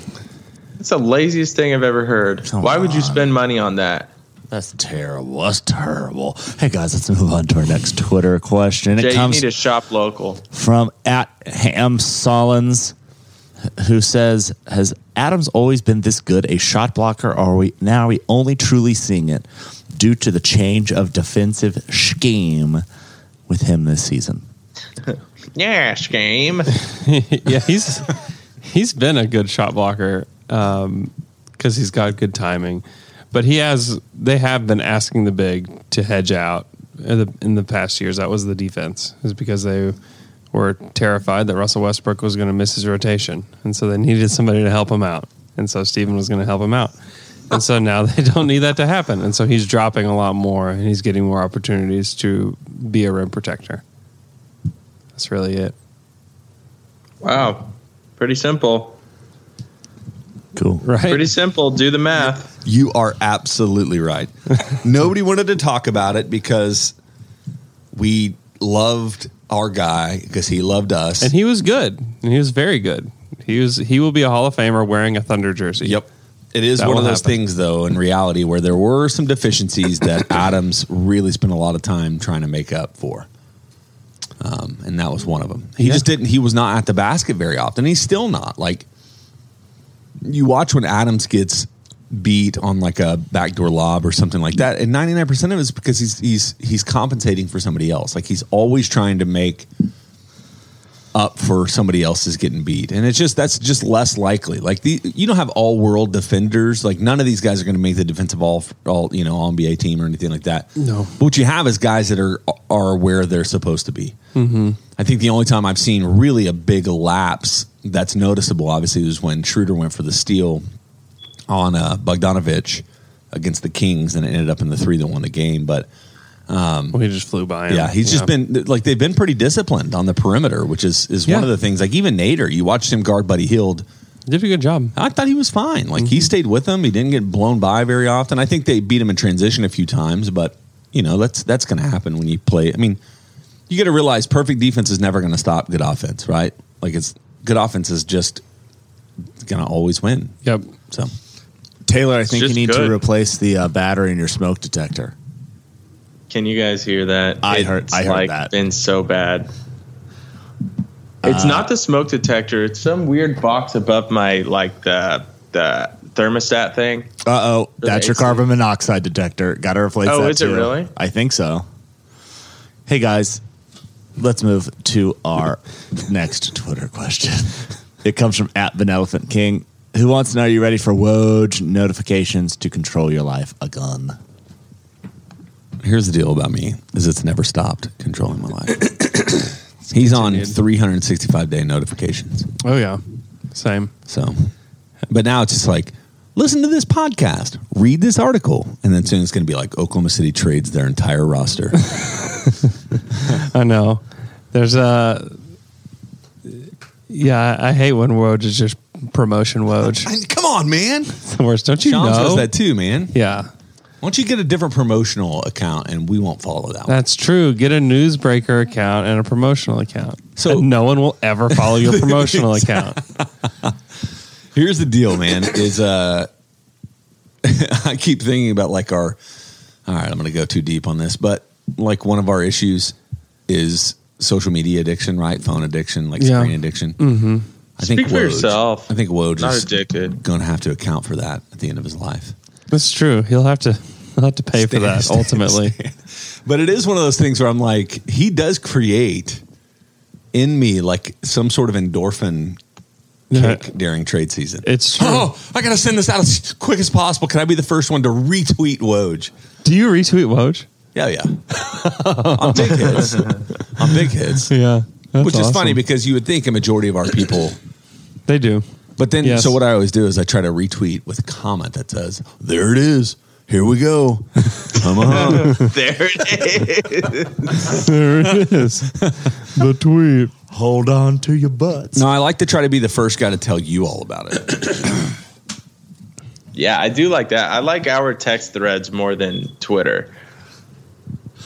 S10: That's the laziest thing I've ever heard.
S2: Come
S10: Why would you
S2: on.
S10: spend money on that?
S2: That's terrible. That's terrible. Hey guys, let's move on to our next Twitter question. It
S10: Jay, you
S2: comes
S10: need to shop local.
S2: from at Ham Solins, who says, "Has Adams always been this good a shot blocker? Or are we now are we only truly seeing it due to the change of defensive scheme with him this season?"
S10: Yeah, game.
S9: [laughs] yeah, he's he's been a good shot blocker because he's got good timing, but he has they have been asking the big to hedge out in the, in the past years. That was the defense is because they were terrified that Russell Westbrook was going to miss his rotation, and so they needed somebody to help him out, and so Steven was going to help him out. And so now [laughs] they don't need that to happen. And so he's dropping a lot more and he's getting more opportunities to be a rim protector. That's really it.
S10: Wow, pretty simple.
S2: Cool.
S9: Right.
S10: Pretty simple. Do the math.
S4: You are absolutely [laughs] right. Nobody wanted to talk about it because we loved our guy because he loved us.
S9: And he was good. And he was very good. He was he will be a Hall of Famer wearing a Thunder jersey.
S4: Yep. It is
S9: That
S4: one of
S9: will
S4: those
S9: happen.
S4: things, though, in reality, where there were some
S9: [coughs]
S4: deficiencies that Adams really spent a lot of time trying to make up for. Um, and that was one of them. He just didn't, he was not at the basket very often. He's still not. Like, you watch when Adams gets beat on like a backdoor lob or something like that, and 99% of it is because he's, he's, he's compensating for somebody else. Like, he's always trying to make up for somebody else's getting beat. And it's just that's just less likely. Like the you don't have all world defenders. Like none of these guys are going to make the defensive all all you know all NBA team or anything like that.
S9: No.
S4: But what you have is guys that are are where they're supposed to be. I think the only time I've seen really a big lapse that's noticeable, obviously, was when Schroeder went for the steal on uh, Bogdanovich against the Kings, and it ended up in the three that won the game. But
S9: Well, he just flew by him.
S4: yeah, he's just been like they've been pretty disciplined on the perimeter, which is is
S9: Yeah.
S4: one of the things. Like even Nader, you watched him guard Buddy Hield.
S9: did a good job.
S4: I thought he was fine. Like he stayed with him. He didn't get blown by very often. I think they beat him in transition a few times, but you know that's that's going to happen when you play. I mean, you got to realize perfect defense is never going to stop good offense, right? Like it's good offense is just going to always win.
S9: Yep.
S4: So
S2: Taylor, I think you
S10: just
S2: need
S10: good.
S2: to replace the uh, battery in your smoke detector.
S10: Can you guys hear that?
S2: I heard- I heard
S10: like
S2: that. Uh,
S10: Been so bad. It's not the smoke detector. It's some weird box above my like the the thermostat thing.
S2: Uh oh, that's your
S10: AC.
S2: carbon monoxide detector. Got to replace
S10: Oh,
S2: that.
S10: is it
S2: too.
S10: really?
S2: I think so. Hey guys, let's move to our next Twitter question. It comes from at Vanelephant King, who wants to know: Are you ready for Woj notifications to control your life? A gun.
S4: Here's the deal about me: is it's never stopped controlling my life. [coughs] He's on
S9: continued.
S4: 365 day notifications.
S9: Oh yeah, same.
S4: So, but now it's just like, listen to this podcast, read this article, and then soon it's going to be like Oklahoma City trades their entire roster.
S9: I know. There's a. Yeah, I I hate when Woj is just promotion Woj.
S4: I mean, Come on, man.
S9: It's the worst. Don't you
S4: [laughs] Sean
S9: know?
S4: says that too, man.
S9: Yeah,
S4: Why don't you get a different promotional account and we won't follow that one?
S9: that's true. Get a newsbreaker account and a promotional account.
S4: So-
S9: So no one will ever follow
S4: [laughs]
S9: your promotional account.
S4: Here's the deal, man. [laughs] Is uh, I keep thinking about like our. All right, I'm going to go too deep on this, but like one of our issues is social media addiction, right? Phone addiction, like
S9: Yeah.
S4: screen addiction. Mm-hmm. I think
S10: Speak for
S4: Woj-
S10: yourself.
S4: I think Woj
S10: Not
S4: is
S2: [laughs]
S10: addicted.
S4: Going to have to account for that at the end of his life.
S9: That's true. He'll have to. He'll have to pay for
S4: Stand-
S9: that
S4: stand-
S9: ultimately.
S4: But it is one of those things where I'm like, he does create in me like some sort of endorphin
S9: Yeah.
S4: kick during trade season.
S9: It's true.
S4: [laughs] oh, I gotta send this out as quick as possible. Can I be the first one to retweet Woj?
S9: Do you retweet Woj?
S4: Yeah, [laughs] yeah. on big hits. on big hits.
S9: Yeah,
S4: Which is funny because you would think a majority of our people
S9: they do.
S4: but then
S9: Yes.
S4: so what I always do is I try to retweet with a comment that says, There it is. Here we go. Come on.
S10: There it is.
S9: There it is. the tweet.
S2: Hold on to your butts.
S4: no, I like to try to be the first guy to tell you all about it.
S10: yeah, I do like that. I like our text threads more than Twitter.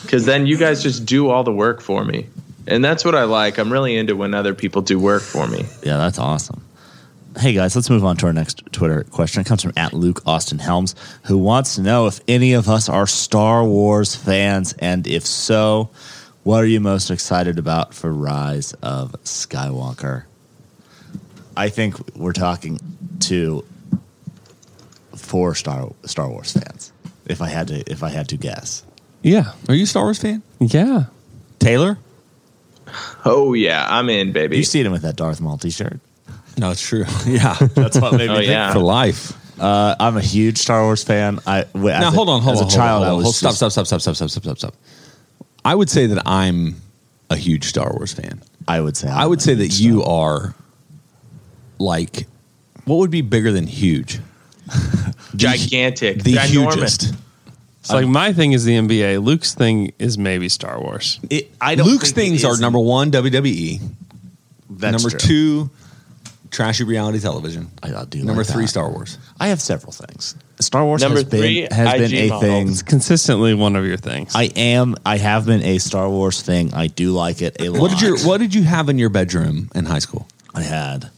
S10: Because then you guys just do all the work for me. And that's what I like. I'm really into when other people do work for me.
S2: Yeah, that's awesome. Hey guys, let's move on to our next Twitter question. It comes from at Luke Austin Helms, who wants to know if any of us are Star Wars fans, and if so, what are you most excited about for Rise of Skywalker? I think we're talking to four Star Star Wars fans. If I had to, if I had to guess,
S9: Yeah,
S4: Are you a Star Wars fan?
S9: yeah.
S2: Taylor,
S10: Oh, yeah, I'm in, baby.
S2: you see him with that Darth Maul T-shirt.
S4: No, it's
S2: [laughs]
S4: true. Yeah.
S2: That's what made me
S10: Oh,
S2: think
S10: yeah.
S4: For life.
S2: Uh, I'm a huge Star Wars fan. I w- as
S4: now
S2: a-
S4: hold on, hold
S2: as
S4: on.
S2: a
S4: hold on,
S2: child, I
S4: hold on.
S2: was
S4: Hold- stop,
S2: just-
S4: stop, stop, stop, stop, stop, stop, stop, stop. I would say that I'm a huge Star Wars fan.
S2: I would say.
S4: I would say that you are like what would be bigger than huge?
S10: [laughs] Gigantic.
S4: The
S10: ginormous.
S4: hugest.
S9: It's like my thing is the NBA. Luke's thing is maybe Star Wars.
S2: It, I don't
S4: Luke's
S2: think it
S4: things
S2: is-
S4: are number one WWE,
S2: That's
S4: number two
S2: true.
S4: trashy reality television,
S2: I, I do
S4: number
S2: like
S4: three
S2: that.
S4: Star Wars.
S2: I have several things. Star Wars
S10: Number
S2: has been
S10: three,
S2: has been
S10: IG
S2: a
S10: model.
S2: thing.
S9: It's consistently one of your things.
S2: I am. I have been a Star Wars thing. I do like it a lot.
S4: What did your What did you have in your bedroom in high school?
S2: I had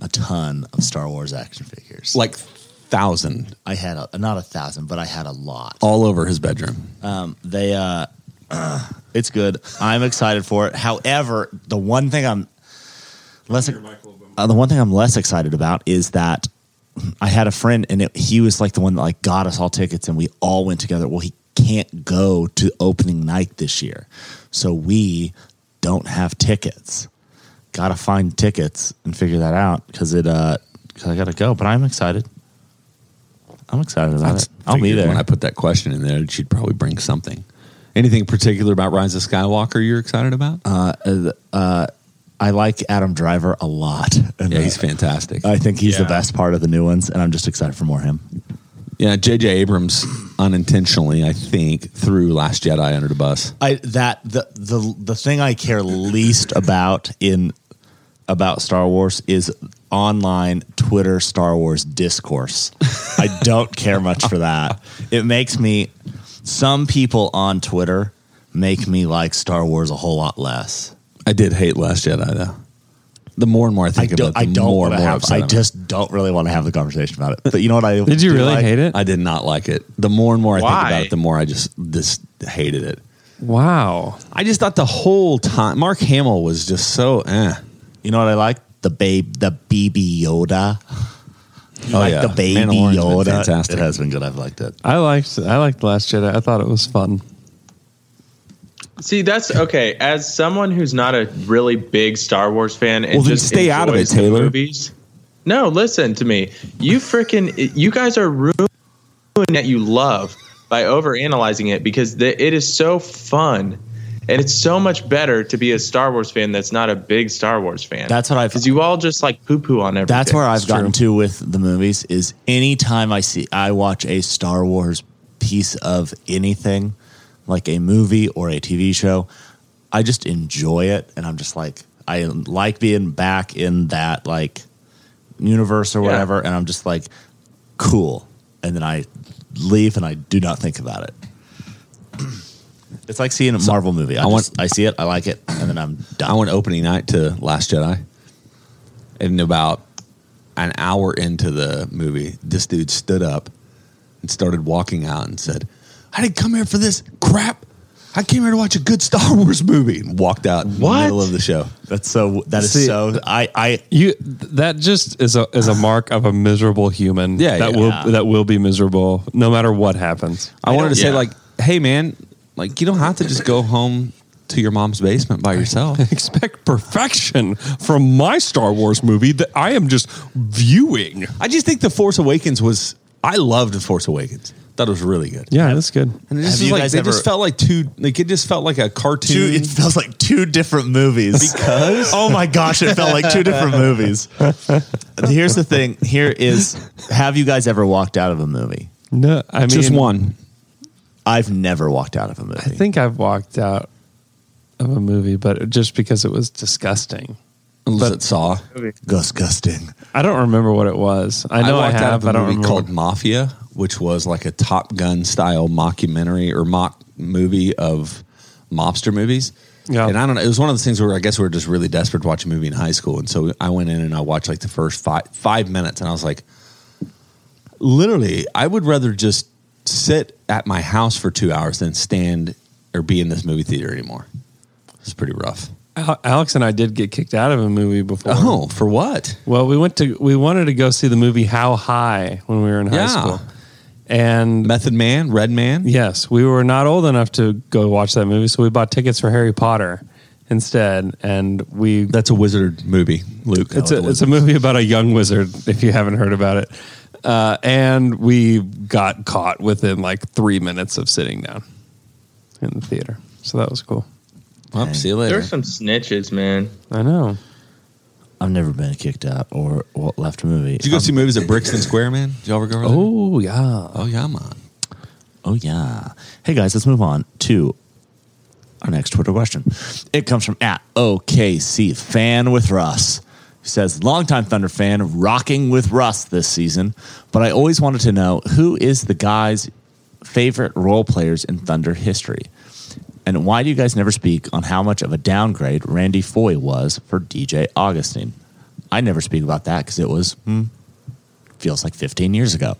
S2: a ton of Star Wars action figures.
S4: Like thousand
S2: I had a, not a thousand, but I had a lot.
S4: all over his bedroom.
S2: Um, they, uh, [clears throat] it's good. I'm excited for it. However, the one thing I'm less, uh, the one thing I'm less excited about is that I had a friend and it, he was like the one that like got us all tickets and we all went together. Well, he can't go to opening night this year, so we don't have tickets. Got to find tickets and figure that out because it, uh, cause I got to go. But I'm excited. I'm excited about it. I'll be
S4: Figured
S2: there.
S4: When I put that question in there, she'd probably bring something. Anything particular about Rise of Skywalker you're excited about?
S2: Uh, I like Adam Driver a lot. [laughs] And,
S4: yeah,
S2: uh,
S4: he's fantastic.
S2: I think he's the
S10: Yeah.
S2: best part of the new ones, and I'm just excited for more of him.
S4: yeah, J.J. Abrams unintentionally, I think, threw Last Jedi under the bus.
S2: I that the the the thing I care least about in about Star Wars is online Twitter Star Wars [laughs] discourse. I don't care much for that. It makes me some people on Twitter make me like Star Wars a whole lot less.
S4: I did hate Last Jedi though. The more and more I
S2: I
S4: think
S2: don't
S4: about, it,
S2: I
S4: the
S2: don't
S4: more
S2: want
S4: and
S2: to
S4: more
S2: have
S4: upset
S2: I
S4: I'm-
S2: just don't really want to have the conversation about it. But you know what I
S9: Did you
S2: do
S9: really
S2: like?
S9: hate it?
S4: I did not like it. The more and more I think
S10: Why?
S4: about it, the more I just just hated it.
S9: wow.
S4: I just thought the whole time Mark Hamill was just so eh.
S2: You know what I like? The babe, the baby Yoda. I
S4: Oh,
S2: like
S4: yeah.
S2: the baby
S4: Mandalorian's been
S2: Yoda.
S4: fantastic.
S2: It has been good. I've liked it.
S9: I liked I liked Last Jedi. I thought it was fun.
S10: See, that's okay. As someone who's not a really big Star Wars fan, and
S4: Well, then
S10: just
S4: stay out of
S10: enjoys
S4: it,
S10: the
S4: Taylor.
S10: Movies. No, listen to me. You freaking, you guys are ruining that you love by overanalyzing it because the, it is so fun, and it's so much better to be a Star Wars fan that's not a big Star Wars fan.
S2: That's what I've-
S10: because you all just like poo poo on everything.
S2: That's where I've
S10: It's
S2: gotten
S10: true.
S2: to with the movies is anytime I see I watch a Star Wars piece of anything, like a movie or a TV show, I just enjoy it and I'm just like I like being back in that like universe or
S10: Yeah.
S2: whatever and I'm just like cool and then I leave and I do not think about it. It's like seeing a Marvel movie. I,
S4: I want-
S2: just, I see it, I like it, and then I'm done.
S4: I went opening night to Last Jedi, and about an hour into the movie, this dude stood up and started walking out and said, "I didn't come here for this crap. I came here to watch a good Star [laughs] Wars movie." And walked out in the
S10: What?
S4: middle of the show.
S2: That's so. That is
S9: See-
S2: so. I. I.
S9: You that just is a is a mark of a miserable human.
S4: Yeah,
S9: that
S4: yeah.
S9: will that will be miserable no matter what happens.
S4: I wanted to say,
S10: Yeah.
S4: like, hey man, like you don't have to just go home to your mom's basement by yourself.
S9: [laughs] Expect perfection from my Star Wars movie that I am just viewing.
S4: I just think the Force Awakens was. I loved the Force Awakens. Thought it was really good.
S9: Yeah, that's good.
S4: And it
S2: Have
S4: just
S2: you
S4: was like
S2: guys
S4: they
S2: ever-
S4: just felt like two like it just felt like a
S2: two,
S4: cartoon.
S2: it feels like two different movies because oh my gosh it felt like two different movies here's the thing here is have you guys ever walked out of a movie
S9: No, I mean
S4: just one.
S2: i've never walked out of a movie
S9: I think I've walked out of a movie, but just because it was disgusting.
S4: Was it Saw?
S2: disgusting
S9: I don't remember what it was. I know I,
S4: walked
S9: have.
S4: out of
S9: I
S4: a
S9: don't
S4: movie
S9: remember.
S4: called Mafia, which was like a Top Gun style mockumentary or mock movie of mobster movies.
S9: Yeah.
S4: And I don't know. It was one of those things where I guess we were just really desperate to watch a movie in high school. And so I went in and I watched like the first five five minutes and I was like, literally, I would rather just sit at my house for two hours than stand or be in this movie theater anymore. It's pretty rough.
S9: Al- Alex and I did get kicked out of a movie before.
S4: Oh, for what?
S9: Well, we went to we wanted to go see the movie How High when we were in high
S4: Yeah.
S9: school, and
S4: Method Man, Red Man?
S9: yes, we were not old enough to go watch that movie, so we bought tickets for Harry Potter instead, and we
S4: That's a wizard movie, Luke.
S9: it's a, it's a movie about a young wizard if you haven't heard about it, uh, and we got caught within like three minutes of sitting down in the theater, so that was cool.
S4: Well, see you later.
S10: There's some snitches, man.
S9: I know.
S2: i've never been kicked out or wa- left a movie
S4: Did you go see movies at Brixton Square, man? Did y'all ever go? over there?
S9: Oh yeah.
S4: oh yeah, man.
S2: Oh, yeah. Hey, guys, let's move on to our next Twitter question. It comes from at OKC fan with Russ. He says, longtime Thunder fan, rocking with Russ this season. But I always wanted to know who is the guy's favorite role players in Thunder history? And why do you guys never speak on how much of a downgrade Randy Foy was for DJ Augustine? I never speak about that because it was, hmm, feels like 15 years ago.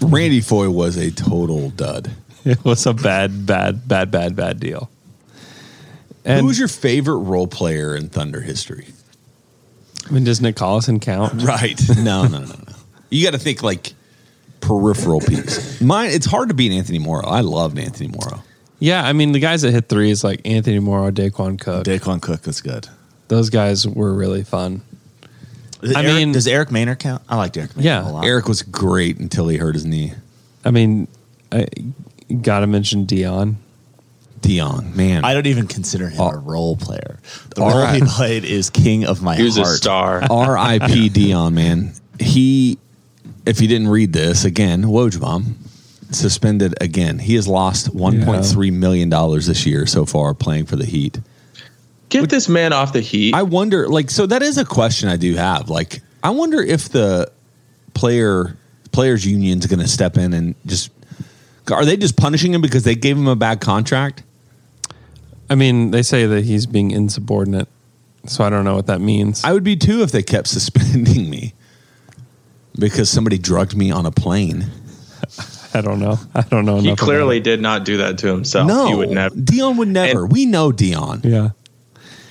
S4: Randy Foy was a total dud.
S9: [laughs] It was a bad, bad, bad, bad, bad deal. And
S4: Who was your favorite role player in Thunder history?
S9: I mean, does Nick Collison count?
S4: Right. [laughs] No, no, no, no. You got to think like peripheral piece. Mine. It's hard to beat Anthony Morrow. I loved Anthony Morrow.
S9: Yeah, I mean, the guys that hit threes like Anthony Morrow, Daquan Cook,
S2: Daquan Cook was good.
S9: those guys were really fun.
S2: Does
S9: I
S2: Eric-
S9: mean-
S2: does Eric Maynard count? I liked Eric Maynard
S9: Yeah,
S2: a lot.
S4: Eric was great until he hurt his knee.
S9: I mean, I gotta mention Dion.
S4: Dion, man.
S2: I don't even consider him
S4: Oh.
S2: a role player. The
S4: All
S2: role
S4: right.
S2: he played is king of my
S10: He was a
S2: heart.
S10: star.
S4: R.I.P. Dion, man. He, if you didn't read this again, Woj bomb suspended again. He has lost one point three million dollars this year so far playing for the Heat.
S10: Get this man off the heat.
S4: I wonder, like, so that is a question I do have. Like, I wonder if the player players union's going to step in and just are they just punishing him because they gave him a bad contract?
S9: I mean, they say that he's being insubordinate, so I don't know what that means.
S4: I would be too if they kept [laughs] suspending me because somebody drugged me on a plane.
S9: I don't know. I don't know.
S10: he
S9: enough about
S10: clearly
S9: it.
S10: did not do that to himself.
S4: no,
S10: he would never.
S4: Dion would never. we know Dion.
S9: Yeah.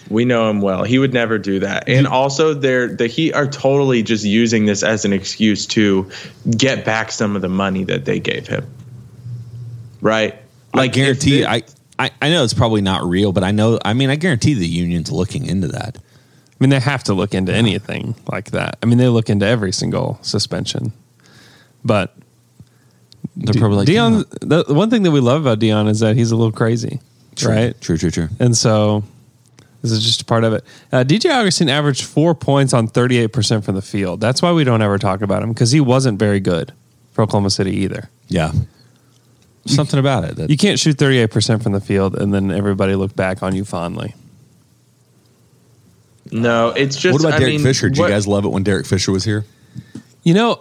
S10: We know him well. He would never do that. And also, they're the Heat are totally just using this as an excuse to get back some of the money that they gave him. Right?
S4: I guarantee
S10: if
S4: I I, I know it's probably not real, but I know. I mean, I guarantee the union's looking into that.
S9: I mean, they have to look into anything like that. I mean, they look into every single suspension, but
S4: They're probably like
S9: Dion. The the one thing that we love about Dion is that he's a little crazy,
S4: True,
S9: right?
S4: True, true, true.
S9: And so this is just a part of it. Uh, DJ Augustine averaged four points on 38% from the field. That's why we don't ever talk about him because he wasn't very good for Oklahoma City either.
S4: Yeah, something about it. That,
S9: You can't shoot 38% from the field and then everybody look back on you fondly.
S10: No, it's just.
S4: what about
S10: I
S4: Derek
S10: mean,
S4: Fisher? Did you
S10: what-
S4: guys love it when Derek Fisher was here?
S9: You know,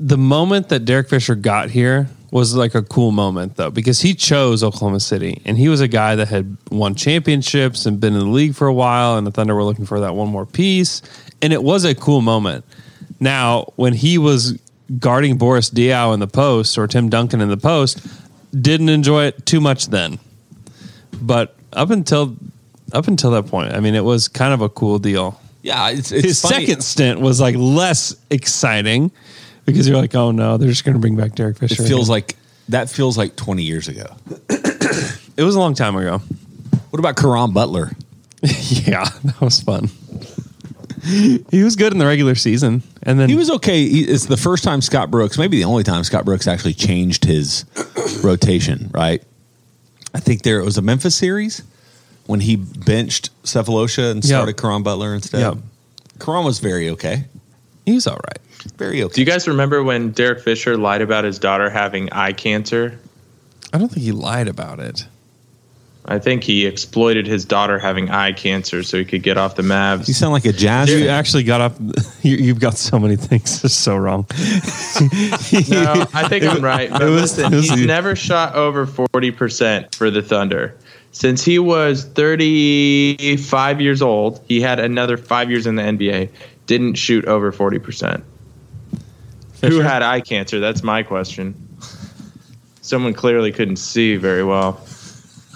S9: the moment that Derek Fisher got here was like a cool moment though because he chose Oklahoma City and he was a guy that had won championships and been in the league for a while and the Thunder were looking for that one more piece and it was a cool moment. Now, when he was guarding Boris Diaw in the post or Tim Duncan in the post, didn't enjoy it too much then. But up until up until that point, I mean it was kind of a cool deal
S4: Yeah, it's it's
S9: his second stint was like less exciting because you're like, oh no, they're just going to bring back Derek
S4: It
S9: Fisher.
S4: feels
S9: again.
S4: like that feels like twenty years ago.
S9: it was a long time ago.
S4: What about Karam Butler?
S9: [laughs] yeah, [laughs] that was fun. he was good in the regular season, and then
S4: He was okay. He, it's the first time Scott Brooks, maybe the only time Scott Brooks actually changed his [clears throat] rotation, right? I think there it was a Memphis series when he benched Cephalosha and
S9: Yeah.
S4: started Karam Butler instead.
S9: Yeah.
S4: Karam was very okay.
S9: he was all right.
S4: Very okay.
S10: Do you guys remember when Derek Fisher lied about his daughter having eye cancer?
S9: I don't think he lied about it.
S10: I think he exploited his daughter having eye cancer so he could get off the Mavs.
S4: you sound like a jazz
S9: You
S4: fan.
S9: actually got up. [laughs] You, you've got so many things [laughs] that's so wrong.
S10: [laughs] No, I think I'm right. But
S9: it was-
S10: listen,
S9: it was-
S10: he's never shot over 40% for the Thunder. Since he was 35 years old, he had another five years in the NBA, didn't shoot over 40%. Who
S9: Fisher?
S10: had eye cancer? That's my question. Someone clearly couldn't see very well.
S9: [laughs]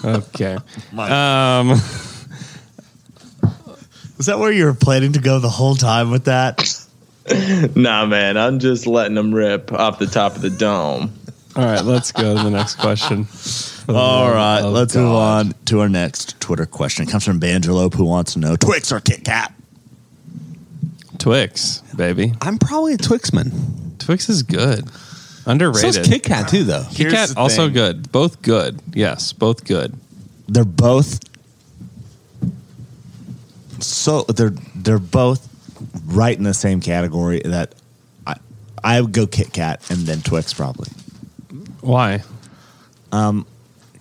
S9: Okay. Um,
S2: Is that where you were planning to go the whole time with that?
S10: [laughs] Nah, man, I'm just letting them rip off the top of the dome.
S9: all right, let's go to the next question.
S2: All right,
S9: Oh,
S2: let's
S9: God.
S2: move on to our next Twitter question. It comes from Bangelope who wants to know Twix or Kit Kat.
S9: Twix, baby.
S4: I'm probably a Twixman.
S9: Twix is good. Underrated.
S4: So's Kit Kat too, though.
S9: Kit
S2: Here's
S9: Kat
S2: the
S9: also
S2: thing.
S9: good. Both good. Yes, both good.
S2: They're both so they're they're both right in the same category that I I would go Kit Kat and then Twix probably.
S9: Why?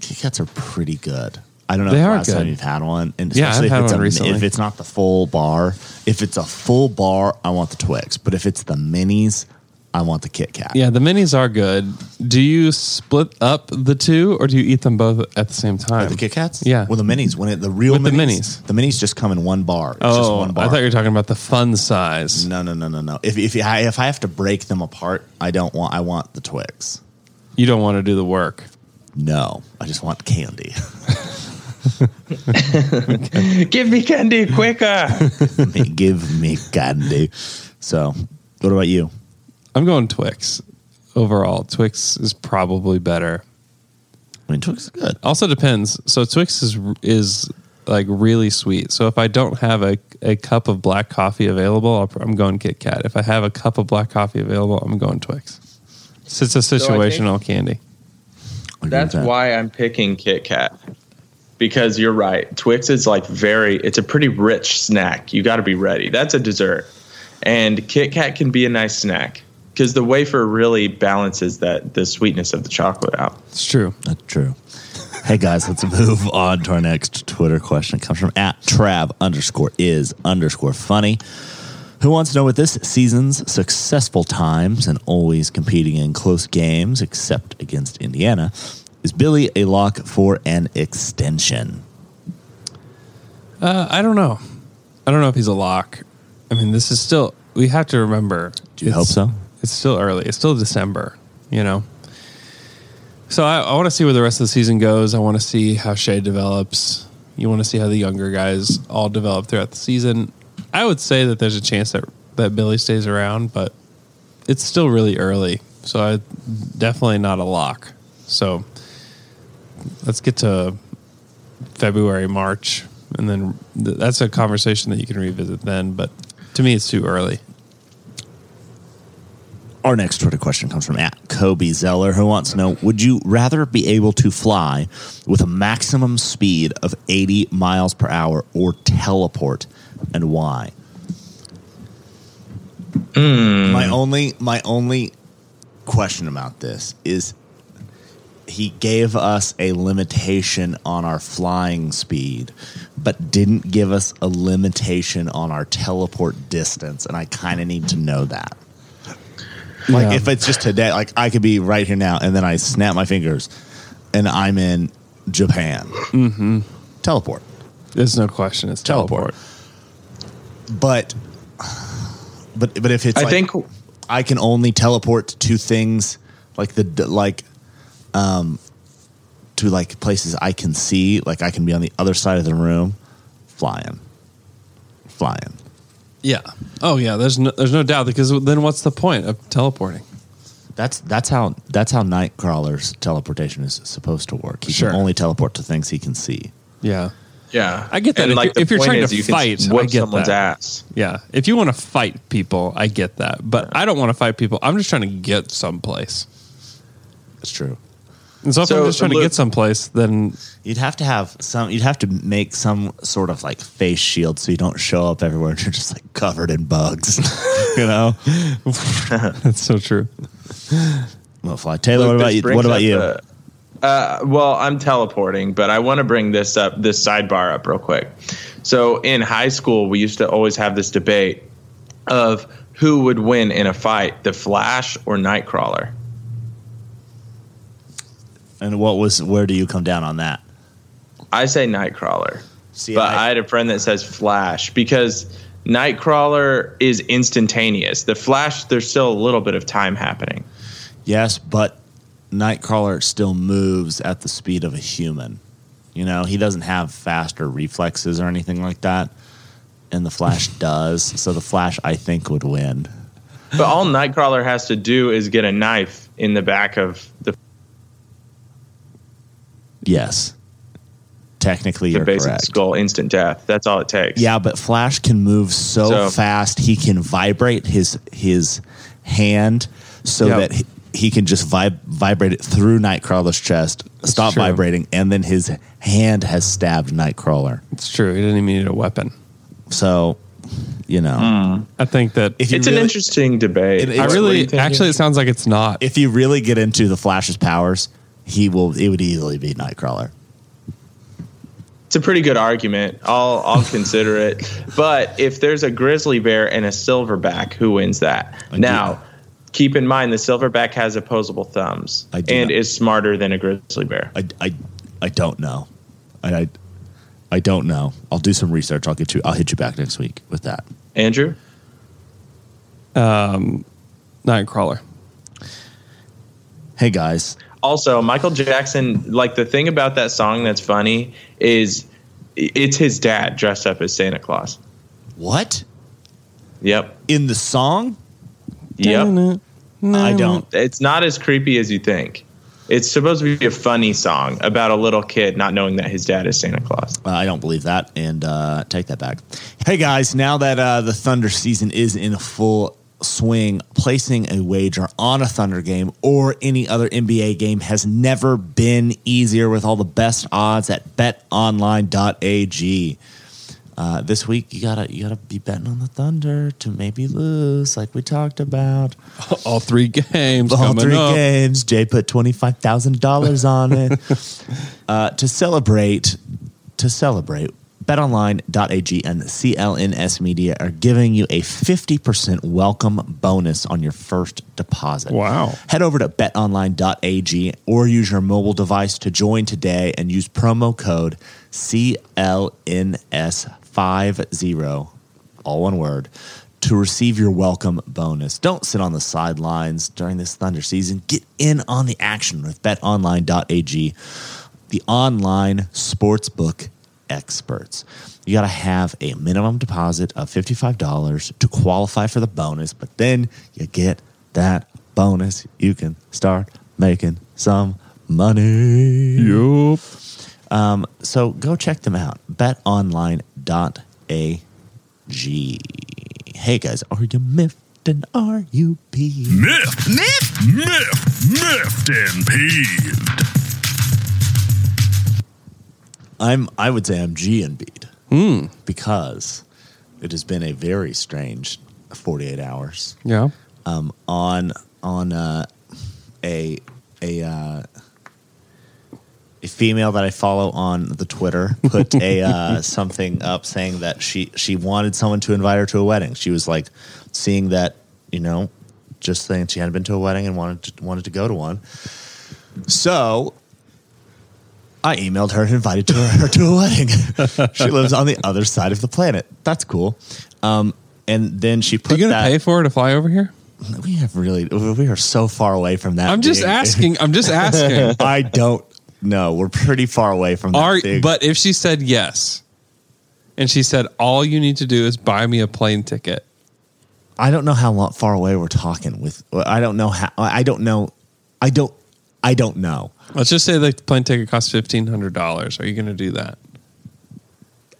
S2: Kit Kats are pretty good. I don't know
S9: They
S2: if
S9: are
S2: last time
S9: good.
S2: you've had one, and
S9: Yeah, I've
S2: especially
S9: had
S2: if, it's
S9: one
S2: a-
S9: recently.
S2: if it's not the full bar. If it's a full bar, I want the Twix. But if it's the minis, I want the Kit Kat.
S9: Yeah, the minis are good. Do you split up the two or do you eat them both at the same time?
S2: With the Kit Kats?
S9: Yeah.
S2: Well, the minis. When it, the real
S9: With the
S2: minis, the minis. just come in one bar. It's just
S9: oh,
S2: one bar.
S9: I thought you were talking about the fun size.
S2: no, no, no, no, no. If if I, if I have to break them apart, I don't want. I want the Twix.
S9: You don't want to do the work.
S2: No, I just want candy. [laughs]
S10: Give me candy quicker.
S2: Give [laughs] me candy. So, what about you?
S9: I'm going Twix. Overall, Twix is probably better.
S2: I mean, Twix is good.
S9: Also depends. So Twix is is like really sweet. So if I don't have a, a cup of black coffee available, I'll, pr- I'm going Kit Kat. If I have a cup of black coffee available, I'm going Twix. So it's a
S10: So I think-
S9: situational candy.
S2: Agree
S10: That's
S2: with that.
S10: why I'm picking Kit Kat. Because you're right. Twix is like very it's a pretty rich snack. You got to be ready. That's a dessert. And Kit Kat can be a nice snack cuz the wafer really balances that the sweetness of the chocolate out.
S9: It's true.
S2: That's true. Hey guys, let's move on to our next Twitter question. It comes from at Trav underscore is underscore funny. Who wants to know what this season's successful times and always competing in close games, except against Indiana, is Billy a lock for an extension?
S9: Uh, I don't know. I don't know if he's a lock. I mean, this is still. We have to remember.
S2: Do you
S9: it's-
S2: hope so?
S9: It's still early. It's still December. You know. So I, I want to see where the rest of the season goes. I want to see how Shea develops. You want to see how the younger guys all develop throughout the season. I would say that there's a chance that that Billy stays around, but it's still really early. So I definitely not a lock. So let's get to February, March, and then th- that's a conversation that you can revisit then. But to me, it's too early.
S2: Our next Twitter question comes from at Kobe Zeller, who wants to know Would you rather be able to fly with a maximum speed of 80 miles per hour or teleport, and why? My only my only question about this is he gave us a limitation on our flying speed, but didn't give us a limitation on our teleport distance, and I kind of need to know that. Like
S9: Yeah.
S2: if it's just today, like I could be right here now, and then I snap my fingers, and I'm in Japan. Mm-hmm. Teleport,
S9: There's no question. It's teleport.
S2: but but but if it's
S10: I
S2: like-
S10: think
S2: I can only teleport to things like the d- like um to like places I can see, like I can be on the other side of the room flying. Flying.
S9: Yeah. Oh yeah. There's no, there's no doubt because then what's the point of teleporting?
S2: That's that's how that's how Nightcrawler's teleportation is supposed to work. He
S9: Sure.
S2: can only teleport to things he can see.
S9: Yeah.
S10: yeah,
S9: I get that. If you're-
S10: the
S9: if you're
S10: point
S9: trying
S10: is
S9: to
S10: you can
S9: fight, I
S10: whoop
S9: get
S10: someone's
S9: that.
S10: ass.
S9: Yeah. If you want to fight people, I get that. But I don't want to fight people. I'm just trying to get someplace.
S2: That's true.
S9: And so if
S10: So,
S9: I'm just trying to
S10: look-
S9: get someplace, then
S2: You'd have to have some you'd have to make some sort of like face shield so you don't show up everywhere and you're just like covered in bugs. [laughs] you know?
S9: [laughs] that's so true.
S2: I'm gonna fly. Taylor,
S10: Look,
S2: what about
S10: this
S2: you
S10: brings
S2: what about
S10: up
S2: you?
S10: a- uh, well, I'm teleporting, but I want to bring this up, this sidebar up real quick. So in high school, we used to always have this debate of who would win in a fight, the Flash or Nightcrawler.
S2: And what was where do you come down on that?
S10: I say Nightcrawler.
S2: See,
S10: but I, had a friend that says Flash because Nightcrawler is instantaneous. The Flash, there's still a little bit of time happening.
S2: yes, but Nightcrawler still moves at the speed of a human. You know, he doesn't have faster reflexes or anything like that, and
S10: [laughs]
S2: the Flash does. So the Flash, I think, would win.
S10: But
S2: [laughs]
S10: all Nightcrawler has to do is get a knife in the back of the.
S2: Yes, technically,
S10: The
S2: you're
S10: basic
S2: correct.
S10: skull, instant death. That's all it takes.
S2: Yeah, but Flash can move so,
S10: So-
S2: fast he can vibrate his his hand so
S9: Yep.
S2: that he, he can just vib- vibrate it through Nightcrawler's chest, stop
S9: true.
S2: vibrating, and then his hand has stabbed Nightcrawler.
S9: It's true. He didn't even need a weapon.
S2: So, you know,
S9: I think that
S2: if you
S10: It's
S2: really,
S10: an interesting debate.
S2: It- it-
S9: I
S10: What- what do you
S9: really
S10: think?
S9: actually it sounds like it's not.
S2: if you really get into the Flash's powers, he will. It would easily be Nightcrawler.
S10: it's a pretty good argument. I'll I'll consider it. But if there's a grizzly bear and a silverback, who wins that?
S2: I do-
S10: Now, keep in mind the silverback has opposable thumbs
S2: I do
S10: and
S2: not-
S10: is smarter than a grizzly bear.
S2: I, I, I don't know. I, I, I don't know. I'll do some research. I'll get you. I'll hit you back next week with that.
S10: Andrew,
S9: Nightcrawler.
S2: Hey guys,
S10: also Michael Jackson. Like the thing about that song that's funny is i- it's his dad dressed up as Santa Claus.
S2: what
S10: Yep,
S2: in the song?
S10: yep.
S2: I don't.
S10: It's not as creepy as you think. It's supposed to be a funny song about a little kid not knowing that his dad is Santa Claus.
S2: Uh, I don't believe that, and uh, take that back. Hey guys, now that uh, the Thunder season is in full swing, placing a wager on a Thunder game or any other NBA game has never been easier with all the best odds at betonline.ag. Uh, this week you gotta you gotta be betting on the Thunder to maybe lose, like we talked about.
S9: All three games
S2: All
S9: coming
S2: three
S9: up.
S2: games. Jay put twenty five thousand dollars on
S9: [laughs]
S2: it uh, to celebrate. To celebrate, BetOnline.ag and CLNS Media are giving you a fifty percent welcome bonus on your first deposit.
S9: Wow.
S2: Head over to betonline.ag or use your mobile device to join today and use promo code CLNS50, all one word, to receive your welcome bonus. Don't sit on the sidelines during this Thunder season. Get in on the action with betonline.ag, the online sportsbook experts. You got to have a minimum deposit of $55 to qualify for the bonus, but then you get that bonus. You can start making some money.
S9: Yup.
S2: Um, so go check them out. BetOnline.ag. Hey guys, are you miffed and are you peeved?
S3: Miffed. Miffed. Miffed. Miffed and peeved.
S2: I'm. I would say I'm G and beat because it has been a very strange 48 hours.
S9: Yeah.
S2: um, on on uh, a a uh, a female that I follow on the Twitter put a uh, something up saying that she she wanted someone to invite her to a wedding. She was like seeing that you know just saying she hadn't been to a wedding and wanted to, wanted to go to one. So I emailed her and invited to her, her to a wedding. she lives on the other side of the planet. That's cool. Um, and then she
S9: Are
S2: put
S9: you going to
S2: that.
S9: pay for her to fly over here?
S2: We have really, we are so far away from that.
S9: I'm just
S2: being-
S9: asking. I'm
S2: [laughs]
S9: just asking.
S2: I don't know. We're pretty far away from that.
S9: Are
S2: being-
S9: but if she said yes, and she said all you need to do is buy me a plane ticket.
S2: I don't know how lo- far away we're talking with. I don't know how. I don't know. I don't. I don't know.
S9: Let's just say the plane ticket costs fifteen hundred dollars. Are you going to do that?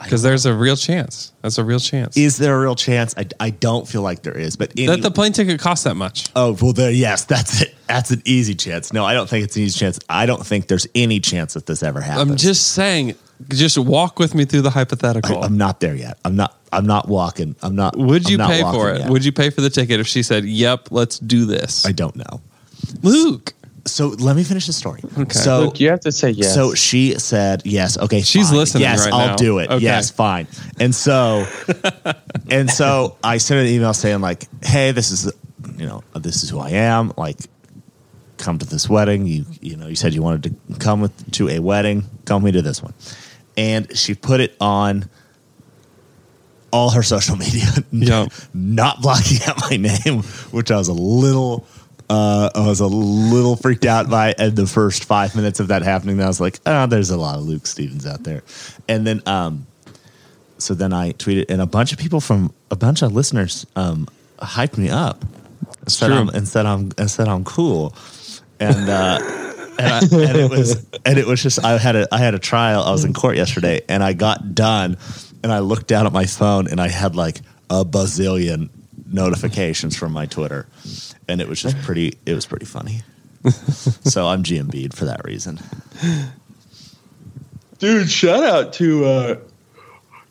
S9: Because there's a real chance. That's a real chance
S2: Is there a real chance? I, I don't feel like there is. But any,
S9: that the plane ticket costs that much.
S2: oh well, there. Yes, that's it. That's an easy chance. No, I don't think it's an easy chance. I don't think there's any chance that this ever happens.
S9: I'm just saying. Just walk with me through the
S2: I,
S9: hypothetical.
S2: am not there yet. I'm not. I'm not walking. I'm not.
S9: Would
S2: I'm
S9: you
S2: not
S9: pay for
S2: walking
S9: it?
S2: yet.
S9: Would you pay for the ticket if she said, "Yep, let's do this"?
S2: I don't know.
S9: Luke,
S2: So let me finish the story.
S9: Okay.
S2: So
S10: Look, you have to say yes.
S2: So she said, "Yes, okay,
S9: She's
S2: fine.
S9: listening
S2: Yes,
S9: right
S2: I'll
S9: now.
S2: do it.
S9: Okay.
S2: Yes, fine." And
S9: [laughs]
S2: so, and so I sent her an email saying, "Like, hey, this is, you know, this is who I am. Like, come to this wedding. You, you know, you said you wanted to come with, to a wedding. Come me to this one." And she put it on all her social media, [laughs]
S9: Yeah.
S2: not blocking out my name, which I was a little, uh, I was a little freaked out by at the first five minutes of that happening. I was like, oh, there's a lot of Luke Stevens out there, and then, um, so then I tweeted, and a bunch of people from a bunch of listeners um, hyped me up, and said,
S9: true.
S2: I'm, and said I'm and said I'm cool, and. Uh, and, I, and it was and it was just I had a I had a trial. I was in court yesterday, and I got done, and I looked down at my phone, and I had like a bazillion notifications from my Twitter, and it was just pretty. It was pretty funny. so I'm GMB'd for that reason.
S10: Dude, shout out to uh,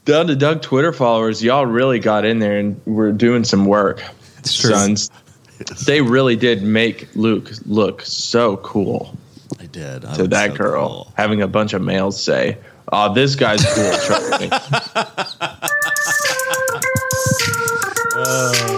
S10: Down to Doug Twitter followers. Y'all really got in there and were doing some work,
S9: true.
S10: sons. They really did make Luke look so cool
S2: I did I
S10: to
S2: was
S10: that
S2: so
S10: girl.
S2: cool.
S10: Having a bunch of males say, "Oh, this guy's
S2: [laughs]
S10: cool." Trust me.